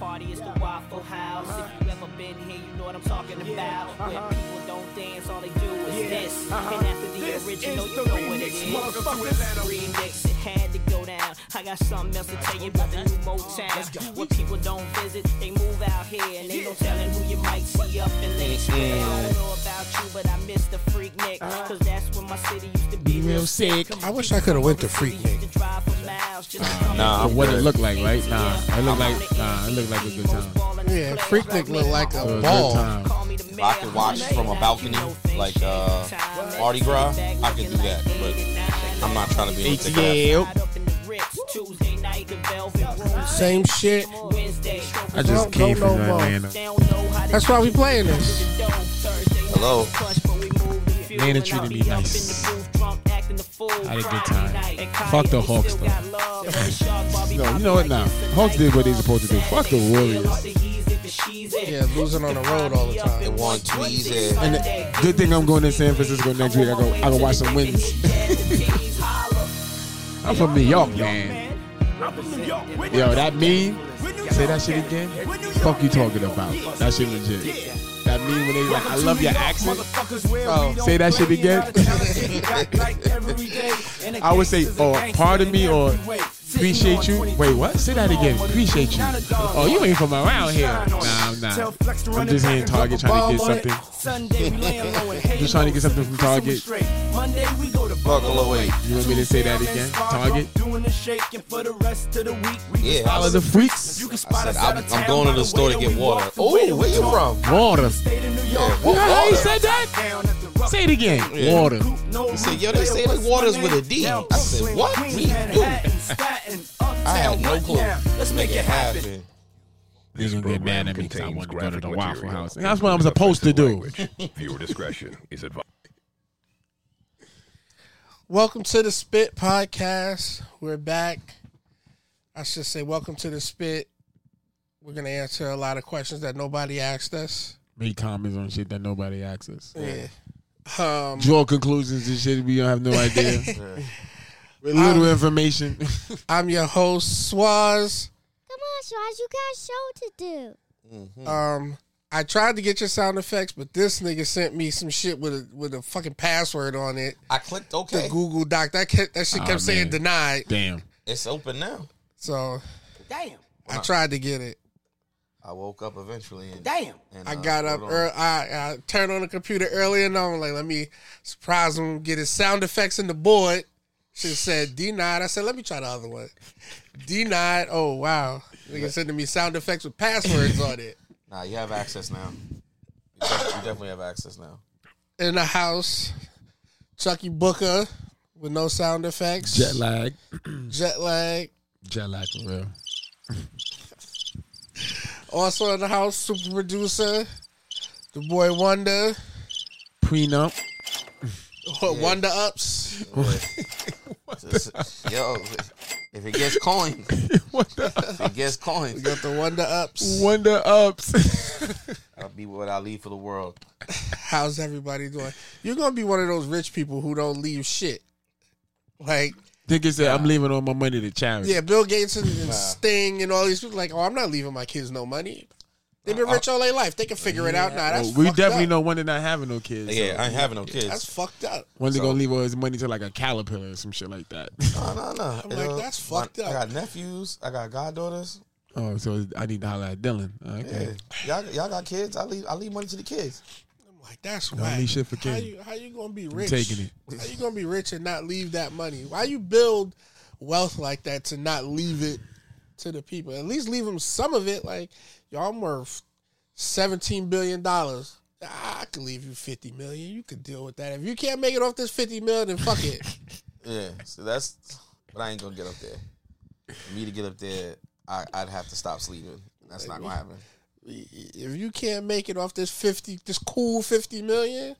party is the Waffle House. If you ever been here, you know what I'm talking Yeah, about. Where uh-huh. people don't dance, all they do is Yeah, this. uh-huh. And after the This original, is you the know what it remix, is. motherfucker. Atlanta. Remix, it had to go down. I got something else to tell you about the new Motown. Where people don't visit, they move out here. And they no telling who you might see up in Lynchburg. I don't know about you, but I miss the Freak Nick. Uh-huh. Cause that's when my city used to be real sick. I wish I coulda went to Freak Nick. Nah, Nah, I'm what it good. looked like, right? Nah, it looked like nah, it looked like a good time. Yeah, Freak Nick look like a It was a ball. good time. I I could watch from a balcony, like uh, Mardi Gras. I could do that, but I'm not trying to be in the thick of that. ATL. Same shit. I Don't just go came from no more. Atlanta. That's why we playing this. Hello. Nana treated me nice. I had had a good time. Fuck the Hawks though. No, you know what? Nah, Hawks did what they supposed to do. Fuck the Warriors. Yeah, losing on the road all the They time. won too easy. And the- good thing I'm going to San Francisco next week. I go, I go watch some wins. I'm from New York, man. I'm from New York. We're New Yo, York. that meme. We're New Say York. that shit again. We're New York. Fuck you talking about. That shit legit. That meme when they like, I love your accent. Oh, say that shit again. I would say, or pardon me, or appreciate you. Wait, what? Say that again. Appreciate you. Oh, you ain't from around here. Nah, I'm not. I'm just here in Target trying to get something. something. Just trying to get something from Target. Monday we go to Buffalo Wing. You want me to say that again? Target? Doing the shaking for the rest of the week. We can Yeah, spot Follow us- the freaks. You can spot I us said, out I'm, of I'm town going by to the way store to that get we water. walk, the way Oh, that where we you talk. from? Water. State of New York. what You heard how he water? said that? Down at the rock. Say it again. Yeah. Water. He said, yo, they say the waters with a D. I said, what? We do. I had no clue. Let's make it happen. He's gonna get mad at me because I contains want to go to graphic the Waffle material. House. That's what I'm supposed to do. Viewer discretion is advised. Welcome to the Spit Podcast. We're back. I should say, welcome to the Spit. We're gonna answer a lot of questions that nobody asked us. Make comments on shit that nobody asks us. Yeah. Um, Draw conclusions and shit we don't have no idea. With little Um, information. I'm your host, Swaz. Come on, Shaz, you got a show to do. Um, I tried to get your sound effects, but this nigga sent me some shit with a with a fucking password on it. I clicked The OK. Google Doc that kept, that shit kept Aw, saying man. denied. Damn. It's open now. So Damn. I tried to get it. I woke up eventually. And, Damn. and, I uh, got up. put it on. Early, I, I turned on the computer early, and I'm like, let me surprise him, get his sound effects in the board. She said denied. I said, let me try the other one. Denied. Oh wow, nigga sending me sound effects with passwords on it. Nah, you have access now. You def- you definitely have access now. In the house, Chucky Booker with no sound effects. Jet lag. Jet lag. Jet lag for real. Also in the house, super producer, the boy Wonder, Prenup. Wonder Ups. Yo, if it gets coins, what the if it gets We coins, got the Wonder Ups. Wonder ups. I'll be what I leave for the world. How's everybody doing? You're gonna be one of those rich people who don't leave shit. Like, Nigga said I'm leaving all my money to charity. yeah, Bill Gates and, and Sting and all these people, like, oh, I'm not leaving my kids no money. They've been rich all their life. They can figure it out. Nah, that's Well, Uh, we fucked definitely up. know one that not having no kids. so Yeah, I ain't having no That's kids. fucked up. One that So- gonna leave all his money to like a caterpillar or some shit like that. No, no, no. I'm like, that's fucked I up. got nephews. I got goddaughters. oh, so I need to holler at Dylan. Ah, Okay. Yeah. Y'all, y'all got kids. I leave. I leave money to the kids. I'm like, that's Don't whack. leave shit for How kids. you how you gonna be rich? taking it. How you gonna be rich and not leave that money? Why you build wealth like that to not leave it to the people? At least leave them some of it. Like y'all I'm worth seventeen billion dollars. I could leave you fifty million. You could deal with that. If you can't make it off this fifty million, then fuck it. Yeah. So that's. But I ain't gonna get up there. For me to get up there, I, I'd have to stop sleeping. That's not gonna happen. if you can't make it off this fifty, this cool fifty million,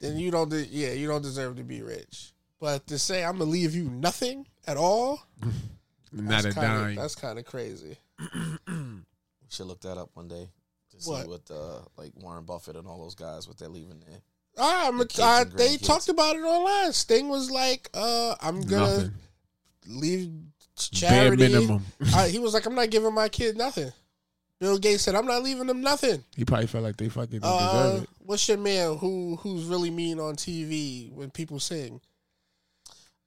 then you don't. De- yeah, you don't deserve to be rich. But to say I'm gonna leave you nothing at all, Not a that's kinda- dime. That's kind of crazy. We should look that up one day to see What? what uh, like Warren Buffett and all those guys what they're leaving there. Ah, I'm, The kids I, and they grandkids. talked about it online. Sting was like, uh, "I'm gonna Nothing. leave Bare charity." minimum. I, he was like, "I'm not giving my kid nothing." Bill Gates said, "I'm not leaving them nothing." He probably felt like they fucking didn't Uh, deserve it. what's your man who who's really mean on TV when people sing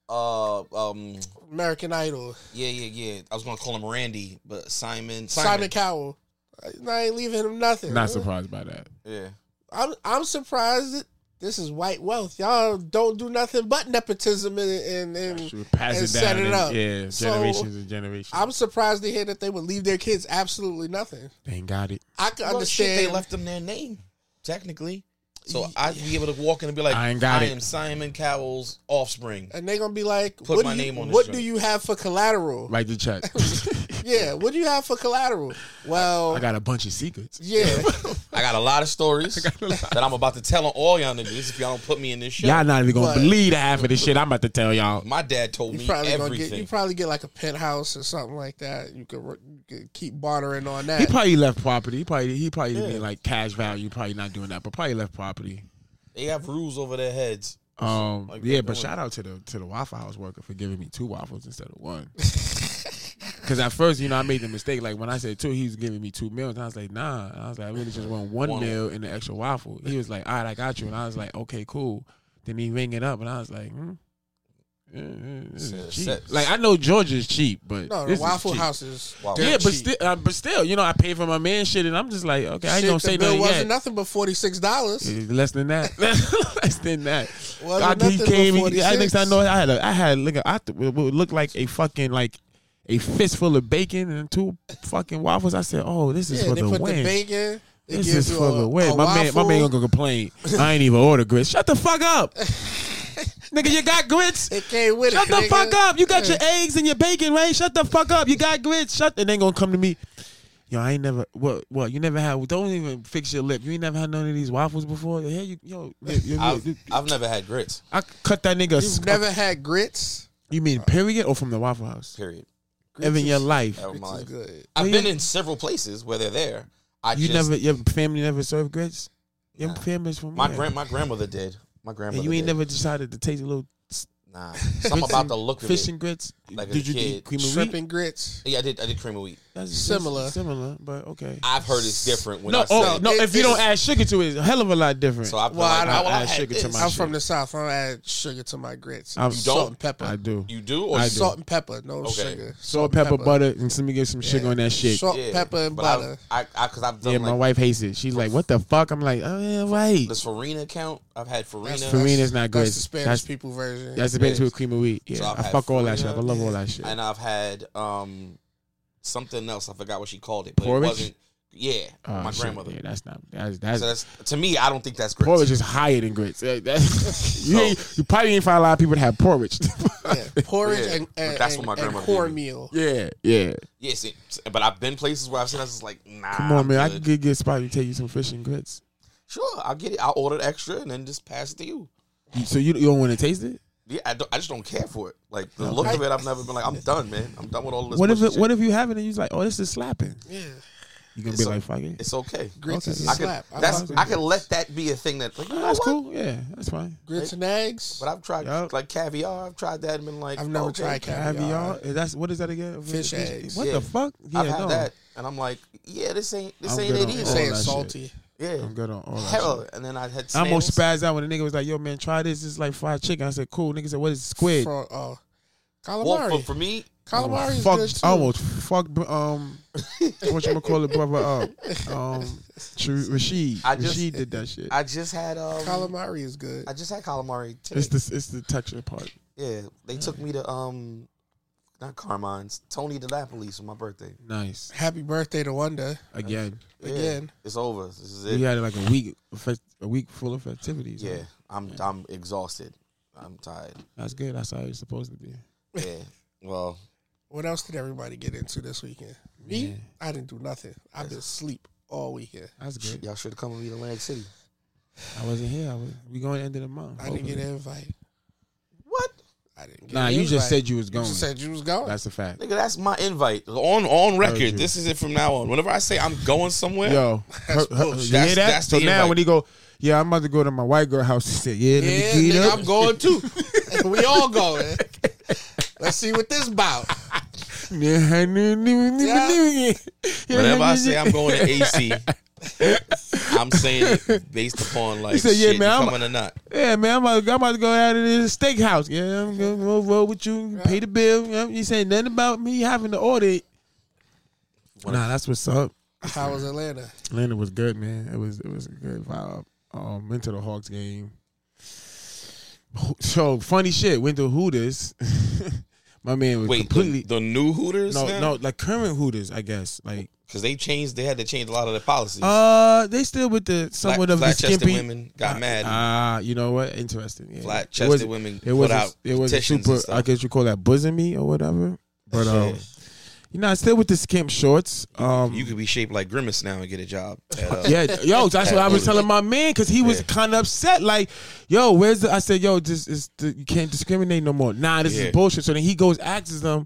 Uh, um, American Idol? yeah, yeah, yeah. I was gonna call him Randy, but Simon, Simon, Simon, Cowell. I, I ain't leaving him nothing. Not surprised by that. yeah. I'm I'm surprised that this is white wealth. Y'all don't do nothing but nepotism and and, She and would pass and it down. set it and- up. Yeah, So, generations and generations. I'm surprised to hear that they would leave their kids absolutely nothing. they ain't got it. I can Well, shit, understand. they left them their name, technically. So I'd be able to walk in and be like, I ain't got I it." am Simon Cowell's offspring. and they're gonna be like, Put "What my do you, name on this What joint. do you have for collateral? Write the check. Yeah, what do you have for collateral? Well, I got a bunch of secrets. yeah, I got a lot of stories that I'm about to tell on all y'all niggas if y'all don't put me in this show. Y'all not even gonna But- believe half of the shit I'm about to tell y'all. My dad told you me probably gonna get you everything. probably get like a penthouse or something like that. You could, work- you could keep bartering on that. He probably left property. He probably he probably didn't mean like cash value. Probably not doing that, but probably left property. they have rules over their heads. Um, Like, yeah, they're but doing- shout out to the to the Waffle House worker for giving me two waffles instead of one. Because at first, you know, I made the mistake. Like when I said two, he was giving me two meals, and I was like, nah. I was like, I really just want one, One. meal and the extra waffle. He was like, all right, I got you, and I was like, okay, cool. Then he rang it up, and I was like, hmm. Yeah, yeah, this is Set- cheap. set- Like I know Georgia's cheap, but no, the this is Waffle cheap. House is Wow. dirt Yeah, but cheap. still, uh, but still, you know, I paid for my man shit, and I'm just like, okay, I ain't Shit, gonna the say bill nothing wasn't yet. nothing but forty six dollars. Yeah, Less than that. Less than that. Wasn't God, he nothing came. but He, I, next 46. I know, I had a, I had look, I th- what looked like a fucking like a fistful of bacon and two fucking waffles. I said, oh, this is Yeah, for they the put the win. bacon. It this gives is you for a, the win. a My man, my waffle. man gonna complain. I ain't even order grits. Shut the fuck up, nigga. You got grits. It came with Shut it. the nigga. fuck up. You got Yeah. your eggs and your bacon, right? Shut the fuck up. You got grits. Shut. And they gonna come to me. Yo, I ain't never. What? What? You never had? Don't even fix your lip. You ain't never had none of these waffles before. Here you, yo, yo, yo, yo, I've, yo. I've never had grits, I cut that nigga. a You've sc- never had grits. you mean period or from the Waffle House? period. Ever in your life, That was It's my life. good. I've Well, been you- in several places where they're there. I you just, never. Your family never served grits. Your Nah. family's from My where? grand, my grandmother did. My grandmother. And you ain't did. never decided to taste a little Nah, something about the look of fish it. and grits. Like as Did a you kid. eat cream of Shrimp wheat? and grits. Yeah, I did. I did cream of wheat. That's Similar. similar, but okay. I've heard it's different when no, I oh, said no. it- if you don't it's- add sugar to it, it's a hell of a lot different. So I've been Well, like, I I, don't- will I add sugar to this. my I'm shit. from the south. I don't add sugar to my grits. I'm- You salt don't? and pepper. I do. You do or I you do. Salt and pepper, no Okay. sugar. Salt, pepper, butter, and somebody get some sugar on that shit. Salt, Yeah, pepper, and but butter. I, I, because I've done yeah, like my wife hates it. She's like, "What the fuck?" I'm like, "Oh yeah, right." this Farina count. I've had Farina. Farina's That's not grits. the Spanish That's- people version. That's the best Yeah. with cream of wheat. Yeah, So I've I had fuck all that shit. Farina. up. I love all that shit. and uh, I've had um something else. I forgot what she called it, but Porridge? it wasn't. Yeah, Oh, my shit, grandmother. Yeah, that's not. That's that's. So that's to me. I don't think that's grits. Porridge is higher than grits. That- that's- you, ain't- you probably ain't find a lot of people that have porridge. yeah. Porridge Yeah, and, but and, that's and, what my and grandmother gave me. cornmeal. yeah, yeah. Yes, it, but I've been places where I've seen. I was just like, nah. Come on, I'm man. I good. could get, get spot and take you some fish and grits. Sure, I'll get it. I'll order the extra and then just pass it to you. You- So you, you don't want to taste it? Yeah, I, don't, I just don't care for it. Like the look of it, I've never been like, I'm done, man. I'm done with all this. What if mushy it, shit. what if you have it and you're like, oh, this is slapping? Yeah. You gonna It's be a- like, fuck it. It's okay. Grits Okay, is a yeah. I could, slap. I that's, love I could let that be a thing that like, you know That's what? cool. Yeah, that's fine. grits and eggs. But I've tried Yup. like caviar. I've tried that and been like, I've never okay. tried caviar. Caviar. Is that's what is that again? Fish eggs. What Yeah. the fuck? Yeah, I've had no. that, and I'm like, yeah, this ain't this I'm ain't good it on either. all Saying that shit. salty. yeah, I'm good on all that. shit. hell. And then I had I almost snails. spazzed out when the nigga was like, "Yo, man, try this. It's like fried chicken." I said, "Cool." Nigga said, "What is squid?" From, uh, Well, for, calamari. for me, Calamari is Oh, fuck, good too. I almost fucked. br- Um, what you gonna call it, brother? Up. Um, Sh- Rashid. I just- Rashid did that shit. I just had um, Calamari is good. I just had calamari. Today. it's the it's the texture part. yeah, they took me to um, not Carmine's, Tony DiNapoli's for my birthday. Nice. Happy birthday to Wanda Again, Yeah, again. it's over. This is it. we Yeah, had like a week of fest- a week full of festivities. huh? I'm I'm exhausted. I'm tired. that's good. That's how it's supposed to be. Yeah. Well, What else did everybody get into this weekend? Me, I didn't do nothing. I've been asleep all weekend. That's good. y'all should have come with me to Atlantic City. I wasn't here. I was, we going to end of the month. I didn't get hopefully. an invite. What? I didn't. Get Nah, an you just invite. said you was You going. just said you was going. that's a fact. oh. Nigga, that's my invite on on Heard you. record. This is it from now on. Whenever I say I'm going somewhere, Yo, her, her, you bullshit. hear That's- that? that's so the now invite. when he go, yeah, I'm about to go to my white girl house. He said, yeah, let yeah, me get nigga, up. I'm going too. we all going. Let's see what this about. Whenever Whenever I say I'm going to AC, I'm saying it based upon like You say, yeah, shit, man, you I'm- coming or not. Yeah, man, I'm about, I'm about to go out of this steakhouse. Yeah, I'm gonna roll, roll with you, pay the bill. You, know, you saying nothing about me having to order it. Nah, that's what's up. How was Atlanta? Atlanta was good, man. It was it was a good vibe. Um, into the Hawks game. So funny shit. Went to Hooters. My man was Wait, completely the, the new Hooters? no no like current Hooters. I guess like because they changed. They had to change a lot of their policies. uh they still with the somewhat of the flat-chested skimpy women got mad. Ah, you know what? Interesting. Yeah. Flat-chested It wasn't- women It was. put out It was petitions super. and stuff. I guess you call that bosomy or whatever. But um, Shit. you know, I still with the skimp shorts. Um, you could be shaped like Grimace now and get a job. at, uh, yeah, yo, that's what I was telling my man because he was Yeah. kind of upset. Like, yo, where's the? I said, yo, this is the, you can't discriminate no more. Nah, this Yeah. is bullshit. So then he goes asks them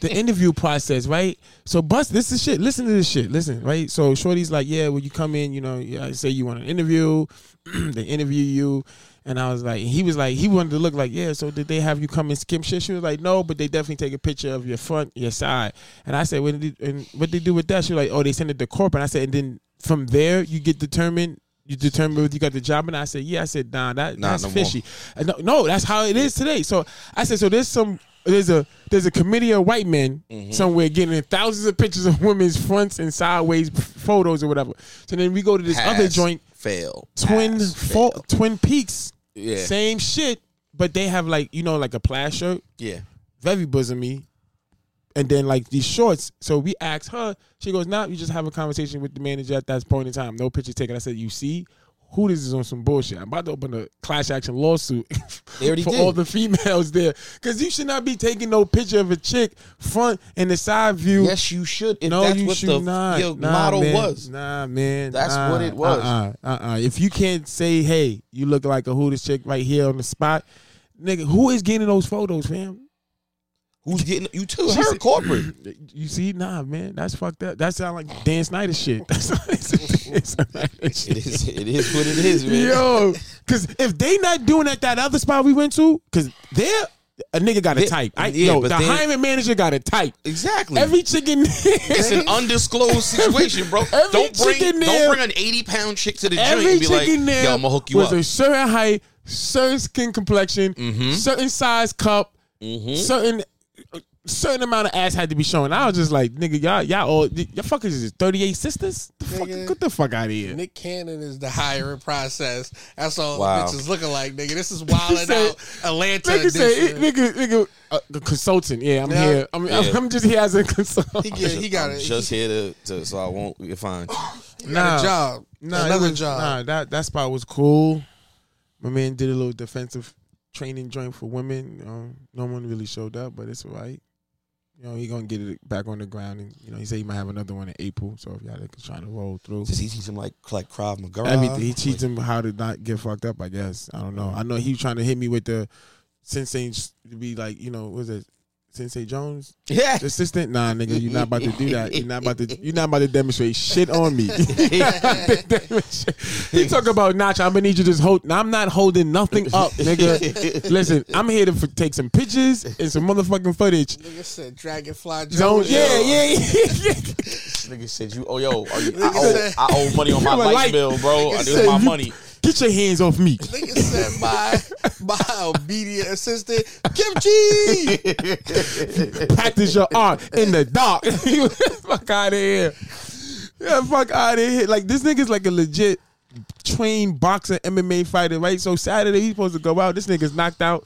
the interview process, right? So, bust this is shit. Listen to this shit. Listen, right? So, Shorty's like, yeah, when you come in, you know, yeah, I say you want an interview, they interview you. And I was like, he was like, he wanted to look like, yeah. So did they have you come and skim shit? She was like, no, but they definitely take a picture of your front, your side. And I said, what did they, and what they do with that? She was like, oh, they send it to corporate. And I said, and then from there you get determined. You determine whether you got the job, and I said, "Yeah." I said, "Nah, that, Nah, that's no more. fishy." And No, no, that's how it is today. So I said, "So there's some, there's a, there's a committee of white men Mm-hmm. somewhere getting thousands of pictures of women's fronts and sideways photos or whatever." So then we go to this other pass, joint, fail. Twin pass, Fo- fail. Twin Peaks. Yeah. Same shit, but they have like you know like a plaid shirt, Yeah. very bosomy, and then like these shorts. So we asked her. She goes, "Nah, you just have a conversation with the manager at that point in time. No picture taken." I said, "You see." Who this is on some bullshit? I'm about to open a class action lawsuit They already for did. all the females there, because you should not be taking no picture of a chick front and the side view. Yes, you should. If no, that's you what should the not. your Nah, model man. was. Nah, man. That's Nah. what it was. Uh-uh. Uh-uh. If you can't say, hey, you look like a hooters chick right here on the spot, nigga, who is getting those photos, fam? Who's getting you too? She Her said- corporate. You see, nah, man, that's fucked up. That sound like Dan Snyder shit. That's it's, it's, It is. It is what it is, man. Yo, because if they not doing at that other spot we went to, because they're a nigga got a They- type. I, yeah, yo, but the they- hiring manager got a type. Exactly. Every chicken. it's an undisclosed situation, bro. every don't bring chicken don't there- bring an eighty pound chick to the joint every and be like, chicken there "Yo, I'm gonna hook you was up." Mm-hmm. a certain height, certain skin complexion, certain size cup, certain certain amount of ass had to be shown. I was just like, nigga, y'all, y'all all y'all fuckers is thirty eight sisters. The fuck, Nigga. get the fuck out of here. Nick Cannon is the hiring process. That's all Wow. the bitches looking like, nigga. This is wild and said- out Atlanta. Nigga say, edition. nigga, nigga, uh, the consultant. Yeah, I'm Yeah. here. I'm, I'm- Yeah. I'm just here as a He, consultant. get, he got I'm it. just here to, to so I won't get fined. he got Nah. a job. Nah, it Another was- job. Nah, that that spot was cool. My man did a little defensive training joint for women. Um, no one really showed up, but it's all right. You know, he gonna get it back on the ground, and you know, he said he might have another one in April. So if y'all are trying to roll through, Does he teach him like like Krav Maga? everything he teach him how to not get fucked up. I guess I don't know. I know he was trying to hit me with the sensei to be like, you know, was it Sensei Jones? Yeah. assistant? Nah, nigga, you're not about to do that. You're not about to. You're not about to demonstrate shit on me. he talk about Nacho. I'm gonna need you to just hold. Nah, I'm not holding nothing up, nigga. Listen, I'm here to f- take some pictures and some motherfucking footage. Nigga said Dragonfly Jones. Don't. Yeah, yeah, yeah. yeah. Nigga said you. Oh yo, are you, I, owe, said- I owe money on my Give him a light, light. bill, bro. This said is my you- money. Get your hands off me. Nigga said my my obedient assistant Kimchi. Practice your art in the dark. fuck out of here. Yeah, fuck out of here. Like this nigga's like a legit trained boxer MMA fighter, right? So Saturday he's supposed to go out. This nigga's knocked out.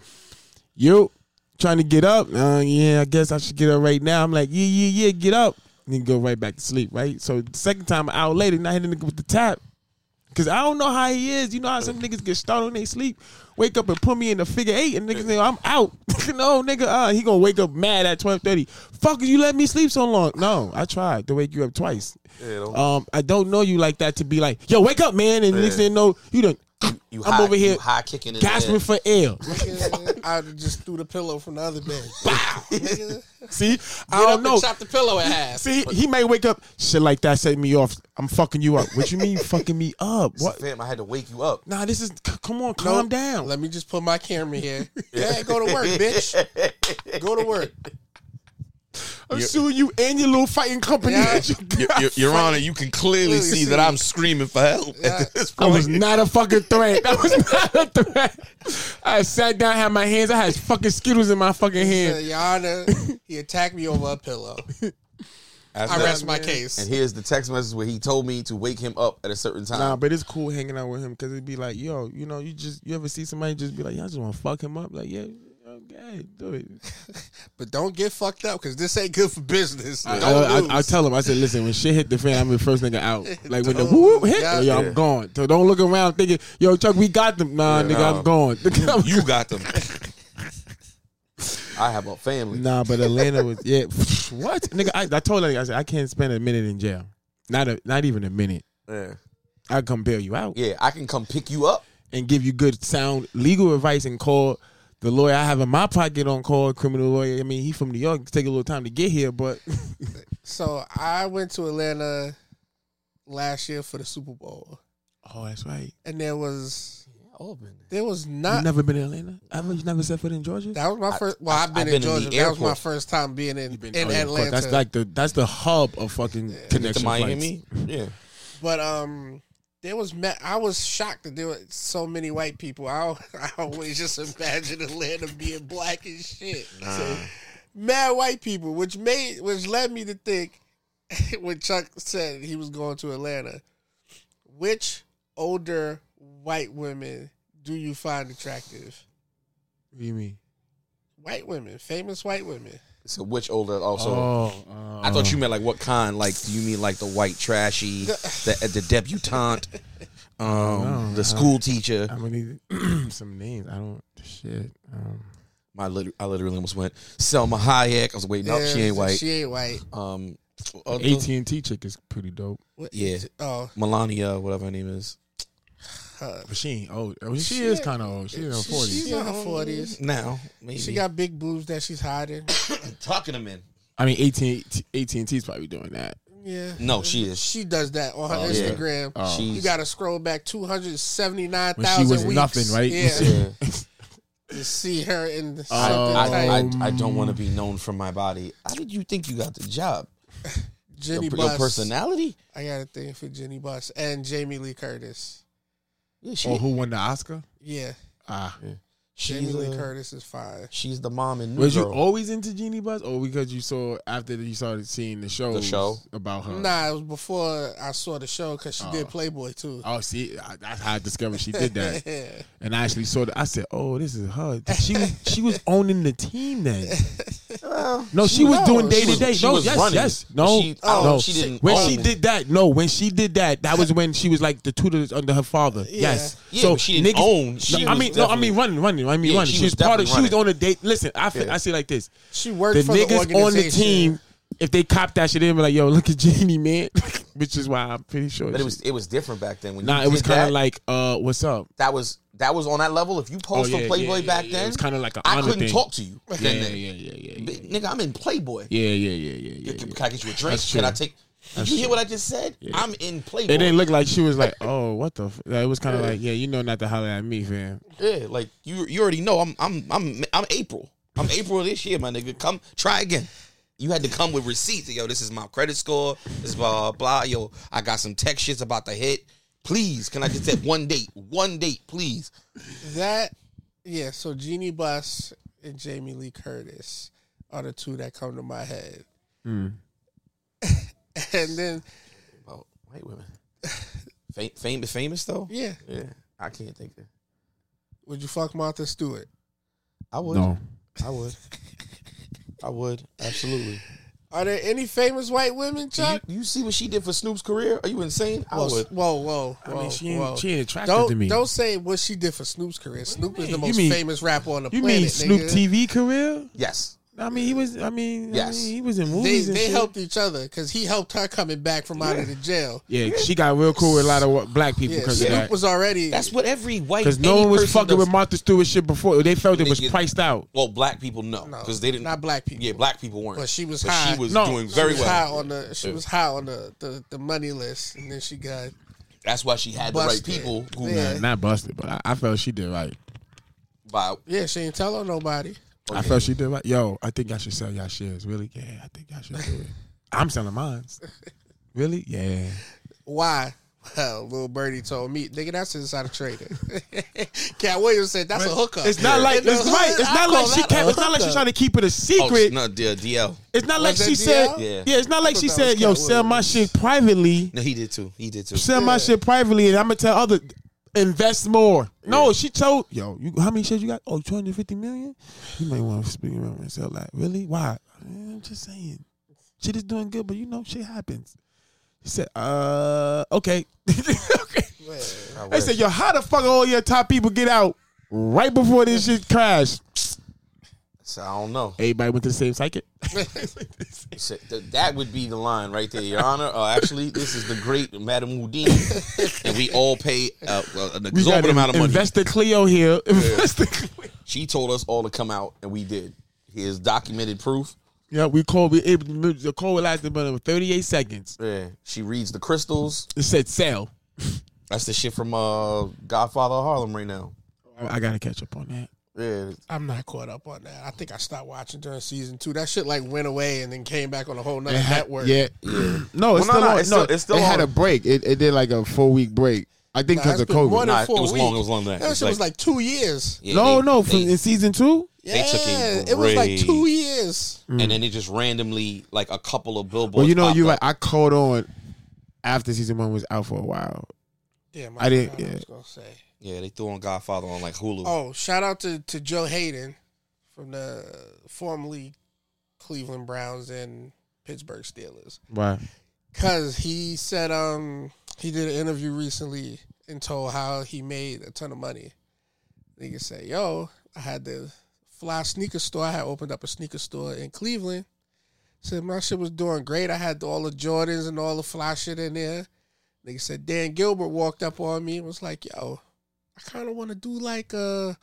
Yo, trying to get up. Uh, yeah, I guess I should get up right now. I'm like, yeah, yeah, yeah, get up. And then go right back to sleep, right? So the second time an hour later, not hitting nigga with the tap. Cause I don't know how he is. You know how some niggas get startled when they sleep, wake up and put me in the figure eight, and niggas think I'm out. no, nigga, uh, he gonna wake up mad at twelve thirty. Fuck, you let me sleep so long. No, I tried to wake you up twice. um, I don't know you like that to be like, yo, wake up, man, and niggas didn't know you done. You I'm high, over here you high kicking in gasping the for air. I just threw the pillow from the other bed. Nigga, See, I get up don't and know. Chop the pillow in half. See, he may wake up. Shit like that set me off. I'm fucking you up. What you mean fucking me up? What? What? Fam, I had to wake you up. Nah, this is. c- Come on, calm Nope. down. Let me just put my camera here. Yeah, go to work, bitch. Go to work. I'm Your- suing you and your little fighting company. Yeah. that you Your, got. Your- Your Honor, you can clearly Clearly see see. that I'm screaming for help at this I point. was not a fucking threat. I was not a threat. I sat down, had my hands. I had fucking Skittles in my fucking hand. Your Honor, he attacked me over a pillow. After I that- rest my And case. here's the text message where he told me to wake him up at a certain time. Nah, but it's cool hanging out with him because it'd be like, yo, you know, you just you ever see somebody just be like, y'all just want to fuck him up? Like, yeah, okay, do it. But don't get fucked up because this ain't good for business. I, Don't I, I, I lose. tell him, I said, listen, when shit hit the fan, I'm the first nigga out. Like when the woo woo hit, Yeah. yo, I'm gone. So don't look around thinking, yo, Chuck, we got them. Nah, nigga, nah. I'm gone. you got them. I have a family. Nah, but Atlanta was yeah. what nigga? I, I told her I said I can't spend a minute in jail. Not a not even a minute. Yeah. I come bail you out Yeah, I can come pick you up. and give you good sound legal advice and call the lawyer I have in my pocket on call criminal lawyer. I mean, he from New York. It's take a little time to get here, but So I went to Atlanta last year for the Super Bowl, oh, that's right. and there was Oh, Auburn. there was You Uh, not. never been in Atlanta? I mean, you never set foot in Georgia? That was my first. Well, I've been I've in been in the Georgia. but That was my airport. first time being in, in Oh, yeah, fuck, Atlanta. That's like the that's the hub of fucking To connection. flights. Miami. Yeah. but um, there was. ma- I was shocked that there were so many white people. I al- I always just imagine Atlanta being black as shit. So, mad white people, which made which led me to think when Chuck said he was going to Atlanta, which older white women do you find attractive? What do you mean? White women, famous white women. So which older also? oh, I thought you meant like what kind? Like, do you mean like the white trashy, the the debutante, um, the school teacher? I'm gonna need some names. I don't shit. Um, My lit- I literally almost went Selma Hayek. I was waiting up. She Yeah, ain't white. She ain't white. um, other- AT and T chick is pretty dope, What- Yeah. Oh, Melania, whatever her name is. but she ain't old. I mean, she, is kind of old. She's in her she, she's forties. in her forties. Now, maybe She got big boobs that she's hiding. talking them in. I mean, AT and T's probably doing that. Yeah. No, she is. She does that on her Oh, yeah. Instagram. Oh. You She's- got to scroll back two hundred seventy nine When she thousand was weeks. nothing, right? Oh, Yeah. Yeah. to see her in the I- something I, tight. I, I don't want to be known for my body. How did you think you got the job? Your, Jenny your Buss. personality? I got a thing for Jenny Buss and Jamie Lee Curtis. Yeah, she, Or Oh. who won the Oscar? Yeah, Ah, she's, Jamie Lee uh, Curtis is fine. she's the mom in New was you Girl. always into Genie Buzz, or because you saw after you started seeing the show? show? about her. Nah, it was before I saw the show because she did Playboy too. Oh, see, I, that's how I discovered she did that. Yeah. And I actually saw that. I said, "Oh, this is her." She was she was owning the team then. no, she was no, doing day she to was- day. she No, was yes, running. yes. No, She- I don't know no. if she didn't when own she it. did that, no. When she did that, that was when she was like the tutor under her father. Yes. Yeah, but she didn't own. She no, I was mean, no, I mean definitely- running, running. I mean Yeah, running. she She was was part of. definitely She was on a date. Listen, I feel, I see it like this. She worked The for the niggas on the organization. team, if they cop that shit in, be like, "Yo, look at Janie, man," which is why I'm pretty sure. But it she- was it was different back then. When Nah, you it was kind of like, uh, "What's up?" that was that was on that level. If you post Oh, yeah, on Playboy yeah, yeah, back yeah. then, It's kinda like a I honor couldn't thing. talk to you. Yeah, then yeah, then. yeah, yeah, yeah. But, Nigga, I'm in Playboy. Yeah, yeah, yeah, yeah, yeah. Can I get you a drink? That's Can I true. take? Did you hear what I just said? I'm in Playboy. It didn't look like she was like, oh, what the? F-? Like, it was kind of like, yeah, you know, not to holler at me, fam. yeah, like you you already know. I'm I'm I'm I'm April. I'm April this year, my nigga. Come try again. You had to come with receipts. Yo, this is my credit score. This is blah blah. Yo, I got some text shits about to hit. Please, can I just have one date? One date, please. That, yeah. So Jeannie Buss and Jamie Lee Curtis are the two that come to my head. Hmm. and then, Oh, white women. Fam- famous, famous though. yeah, Yeah, I can't think of. would you fuck Martha Stewart? I would. No, I would. I would absolutely. Are there any famous white women, You, Chuck? you see what she did for Snoop's career? Are you insane? I Whoa, would. whoa, whoa, whoa, I mean, she ain't, whoa. she ain't attractive don't to me. don't say what she did for Snoop's career. Snoop is mean? the You most mean- famous rapper on the you planet. mean Snoop nigga. TV career? Yes. I mean, he was. I mean, Yes. I mean, he was in They movies. and they shit. helped each other because he helped her coming back from out of the jail. Yeah, she got real cool with a lot of wha- black people Yeah, because Snoop of that. was already. That's what every white Because no any one was person fucking does- with Martha Stewart shit before. They felt it was Nigga. priced out. Well, black people no, No, because they didn't. not black people. Yeah, black people weren't. But she was But high. She was No, doing she very she was well. high on the she Yeah. was high on the, the, the money list, and then she got That's why she had Busted. the right people who Yeah. Not busted, but I, I felt she did right. by yeah. She ain't tell on nobody. I felt she did right. Yo, I think I should sell y'all shares. Really? Yeah, I think I should do it. I'm selling mine. Really? Yeah. Why? Well, little birdie told me, nigga, that's insider trading. Cat Williams said that's a hookup. It's not like In the it's hood, right. It's I not call like she that a kept, It's not like she's hookup. trying to keep it a Oh, secret. it's not the DL. It's not like Was she that said. DL? Yeah. Yeah, it's not like I she thought that said, was "Yo, Cat sell my shit privately. No, he did too. He did too. Sell my shit privately, and I'm gonna tell other invest more." No, she told, "Yo, you how many shares you got? Oh, 250 million. You might want to speak around and sell like really? Why? Man, I'm just saying, shit is doing good, but you know, shit happens." She said, "Uh, okay, okay." I said, "Yo, how the fuck all your top people get out right before this shit crashed?" So I don't know. Everybody went to the same psychic. So th- that would be the line right there, Your Honor. Uh, actually, this is the great Madam Houdini, and we all pay uh, well, an We got exorbitant amount of money. Investor Cleo here. Investor Cleo. she told us all to come out, and we did. Here's documented proof. Yeah, we called. We able to the call lasted about 38 seconds. Yeah. She reads the crystals. It said sell. That's the shit from uh, Godfather of Harlem right now. I, I gotta catch up on that. Yeah. I'm not caught up on that. I think I stopped watching during season two. That shit like went away and then came back on a whole nother It had- network. Yeah. No, it's Well, no, still no, on. it's no, still- it's still It had on. a break. It, it did like a four week break. I think Nah, because it's of been COVID. more than Nah, it four was weeks. long, it was long than that. That It's shit was like two years. Yeah, no, they- no, from, they- in season two. Yeah, They took a it was like break. two years. and then it just randomly like a couple of billboards. Well, you know, popped you up. right. I caught on after season one was out for a while. Yeah, my I didn't- God, I yeah. was gonna say. Yeah, they threw on Godfather on like Hulu. Oh, shout out to, to Joe Hayden from the formerly Cleveland Browns and Pittsburgh Steelers. Right. Cause he said um he did an interview recently and told how he made a ton of money. Nigga said, Yo, I had the fly sneaker store. I had opened up a sneaker store in Cleveland. Said my shit was doing great. I had all the Jordans and all the fly shit in there. Nigga said Dan Gilbert walked up on me and was like, Yo, I kinda wanna do like a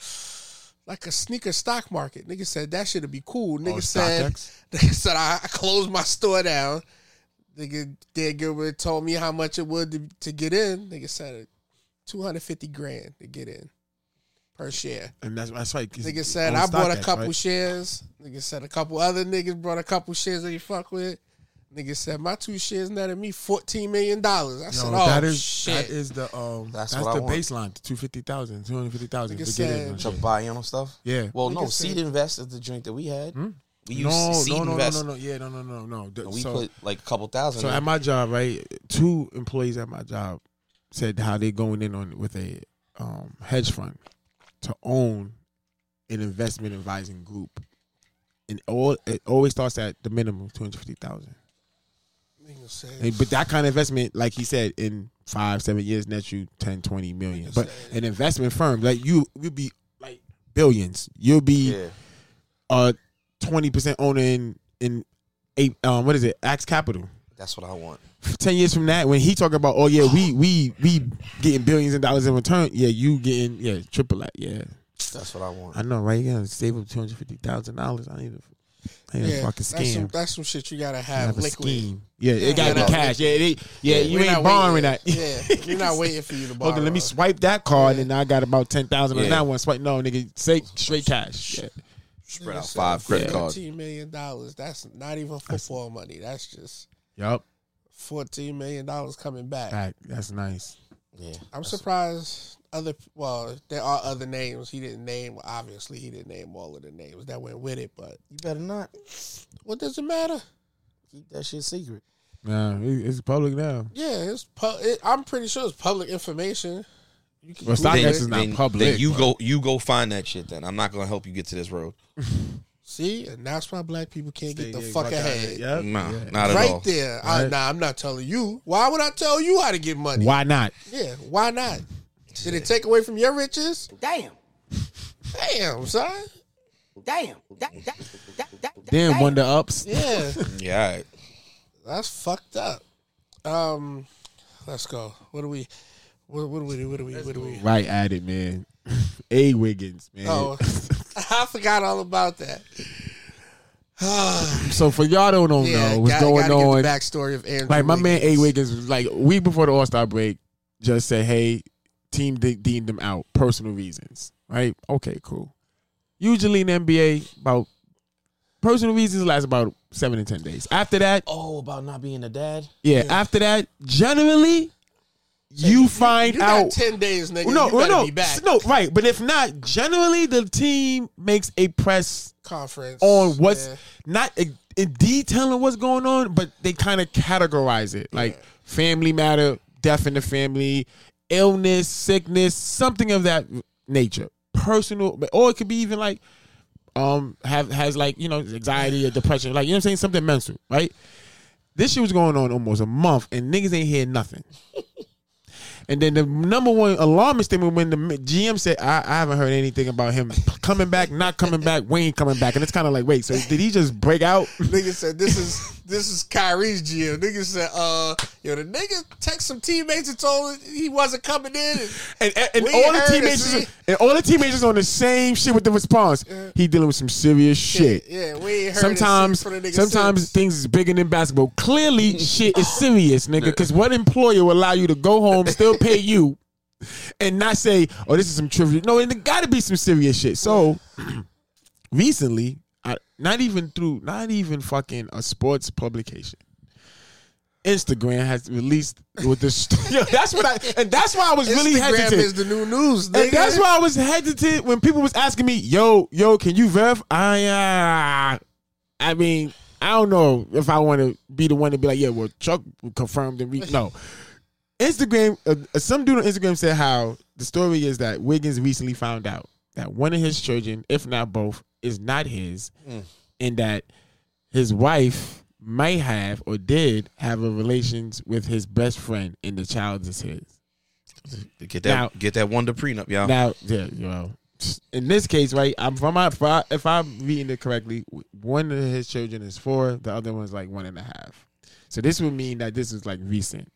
like a sneaker stock market. Nigga said that shit'd be cool. Nigga said Nigga said I, I closed my store down. Nigga Dan Gilbert told me how much it would to, to get in. Nigga said two hundred fifty grand to get in per share. And that's that's right. 'cause Nigga it's said on I bought a StockX, couple right? shares. Nigga said a couple other niggas brought a couple shares that you fuck with. Nigga said my two shares netted me fourteen million dollars. I said, Yo, oh that is shit. that is the um That's that's, what I the want. baseline the 250,000 250,000 Nigga to get said- in. on to shit. buy in on stuff. Yeah. Hmm? Well, no, Nigga said- Seed Invest is the drink that we had. We used no, Seed no, no, no, Invest. no, no, yeah, no, no, no, no. The- And we so- put like a couple thousand. So in. at my job, right, two employees at my job said how they going in on with a um, hedge fund to own an investment advising group, and all it always starts at the minimum two hundred fifty thousand. Nigga said, But that kind of investment, like he said, in five seven years, net you 10, 20 million. But an investment firm, like you, you'll be like billions. You'll be yeah. a twenty percent owner in in eight. Um, what is it? Axe Capital. That's what I want. ten years from that, when he talk about, oh yeah, we we we getting billions of dollars in return, yeah, you getting yeah triple that, yeah. That's what I want. I know, right? You gotta save up two hundred fifty thousand dollars. I need a, I need yeah, a fucking That's some, scam. that's some shit you gotta I have, have a liquid. scheme. Yeah, Yeah, it gotta yeah, be no. cash. Yeah, it ain't, yeah, you We're ain't not borrowing waiting- that. Yeah, we're not waiting for you to borrow. Okay, let me swipe that card, Yeah. and I got about ten thousand on Yeah. that one. Swipe, no, nigga, say straight cash. Yeah. Spread Nigga out said five credit cards. $14 million dollars. That's not even football money. That's just Yup, fourteen million dollars coming back. That- that's nice. Yeah. I'm surprised other well, there are other names he didn't name. Obviously, he didn't name all of the names that went with it. But You better not what does it matter? keep that shit secret. Nah, it- it's public now. Yeah, it's pu- it, I'm pretty sure it's public information. You can Well, Google StockX it. is not then, public, Then you but- go. You go find that shit. Then I'm not gonna help you get to this road. see, and that's why black people can't get the Yeah, fuck outta ahead. here. Yup. Nah, Yeah. not at Right all. there. I, Right. nah, I'm not telling you. Why would I tell you how to get money? Why not? Yeah, why not? Did it take away from your riches? Damn. Damn, son. Damn. Da- da- da- da- Then wonder ups. Yeah, Yeah. all right. that's fucked up. Um, let's go. What do we? What, what do we do? What do we? What do we? Right at it, man. A Wiggins, man. Oh, I forgot all about that. So for y'all don't know Yeah, Oh, what's gotta, going gotta Get on, the backstory of Andrew. like my man A Wiggins. Wiggins was like a week before the All Star break, just said, "Hey, team de- deemed him out, personal reasons." Right? Okay, cool. Usually in the NBA, about personal reasons lasts about seven to ten days. After that, Oh, about not being a dad. yeah, after that, generally you find You out got ten days, nigga. no, you better no, be back. no, right. But if not, generally the team makes a press Conference on what's Yeah. not in in detailing what's going on, but they kind of categorize it like family matter, death in the family, illness, sickness, something of that nature, personal, but- or it could be even like um have has like you know anxiety or depression, like you know what I'm saying, something mental, right? This shit was going on almost a month, and niggas ain't hear nothing. And then the number one alarming statement when the GM said, I, "I haven't heard anything about him coming back, not coming back, Wayne coming back," and it's kind of like, wait, so did he just break out? Nigga said this is this is Kyrie's GM. Nigga said, uh, yo, the nigga text some teammates and told him he wasn't coming in. And, And, and, and We all the heard teammates, it, see? and all the teammates is on the same shit with the response. He dealing with some serious shit. Yeah, we ain't heard sometimes, it from the nigga sometimes since. things is bigger than basketball. Clearly, shit is serious, nigga. Because what employer will allow you to go home, still pay you, and not say, "Oh, this is some trivia." No, and there got to be some serious shit. So, recently, I, not even through, not even fucking a sports publication. Instagram has released with this. Yo, that's what I, and that's why I was really Instagram hesitant. is the new news. Nigga. And that's why I was hesitant when people was asking me, "Yo, yo, can you verify?" I, uh, I mean, I don't know if I want to be the one to be like, "Yeah, well, Chuck confirmed and re-. no." Instagram, uh, uh, some dude on Instagram said how the story is that Wiggins recently found out that one of his children, if not both, is not his, and that his wife might have or did have a relations with his best friend, and the child is his. Get that. Now- get that wonder prenup, y'all. Now, yeah, you know, in this case, right? I'm from my if, I, if I'm reading it correctly, one of his children is four, the other one's like one and a half. So this would mean that this is like recent.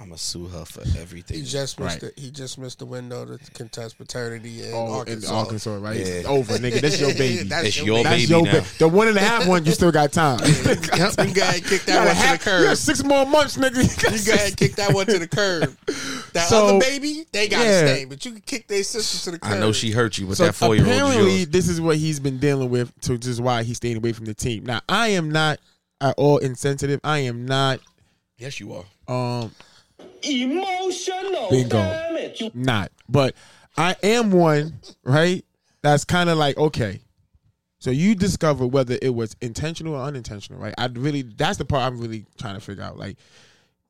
I'ma sue her for he everything. just missed Right. the, he just missed the window to contest paternity in Oh, Arkansas. in Arkansas, right? It's Yeah. over, nigga. That's your baby. That's It's your your That's baby your now. ba- the one and a half one. You still got time. you gotta kick You got that a one to the half- you got curb. six more months, nigga. You You got gotta kick that one to the curb. That So- other baby, they gotta Yeah. stay, but you can kick their sister to the curb. I know she hurt you, but So that four year old is apparently, yours. this is what he's been dealing with, so this is why he's staying away from the team. Now, I am not at all insensitive. I am not Yes, you are. um emotional bingo not but i am one right that's kind of like okay so you discover whether it was intentional or unintentional right i really that's the part i'm really trying to figure out like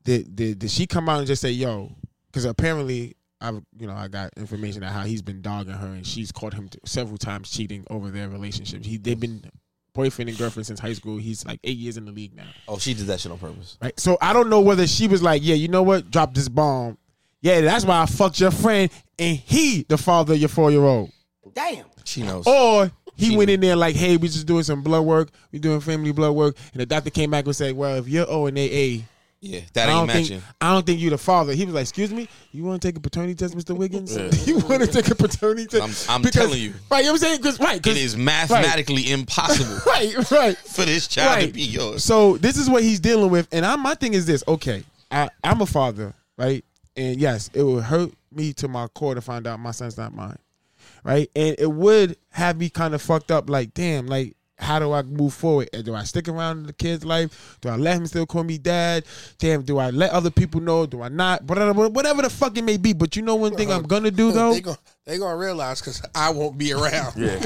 did did, did she come out and just say yo because apparently I've you know I got information on how he's been dogging her and she's caught him t- several times cheating over their relationship. He they've been boyfriend and girlfriend since high school. He's like eight years in the league now. Oh, she did that shit on purpose. Right. So I don't know whether she was like, yeah, you know what? Drop this bomb. Yeah, that's why I fucked your friend and he the father of your four year old. Damn. She knows. Or he went in there like, hey, we just doing some blood work. We doing family blood work. And the doctor came back and said, well, if you're O and AA, yeah, that I ain't don't matching. think I don't think you the father. He was like, "Excuse me, you want to take a paternity test, Mister Wiggins? you want to take a paternity test? I'm- I'm telling you. right? You know what I'm saying? Because right, It 'cause- is mathematically impossible right, right. for this child to Right. be yours. So this is what he's dealing with, and I, my thing is this: okay, I, I'm a father, right? And yes, it would hurt me to my core to find out my son's not mine, right? And it would have me kind of fucked up, like, damn, like, how do I move forward? And Do I stick around in the kid's life? Do I let him still call me dad? Damn, do I let other people know? Do I not? Whatever, whatever the fuck it may be. But you know one thing I'm gonna do though. they gonna they gonna realize because I won't be around. Yeah,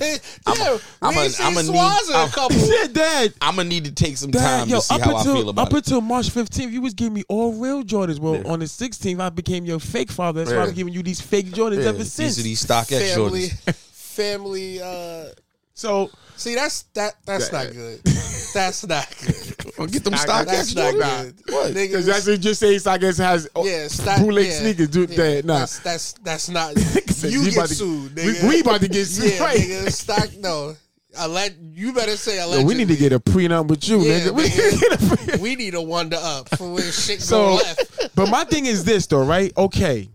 yeah. I'm we a- ain't seen I'm a need- Swaza in I'm- a couple. Yeah, dad. I'm gonna need to take some Dad, time yo, to see up how until, I feel about up it. until March 15th, you was giving me all real Jordans. Well, on the 16th, I became your fake father. That's why I'm giving you these fake Jordans ever since. These are these stock X family, Jordans. family. Uh, so, see, that's that. That's not good. That's not good. Oh, Get them Nah, stock that's X not Jordans. good. What? Niggas, what just saying. I guess has oh, yeah, stop. bootleg yeah, sneakers, dude, yeah, that- nah. that's, that's that's not. Said, you we get about to- sued, we- nigga. we about to get sued, Yeah, right. nigga. Stock no. I let you better say Yo, allegedly. we need to get a prenup with you, Yeah, nigga. We need to nigga. get a prenup. We need a wonder up for when shit go So- left. but my thing is this though, right? Okay.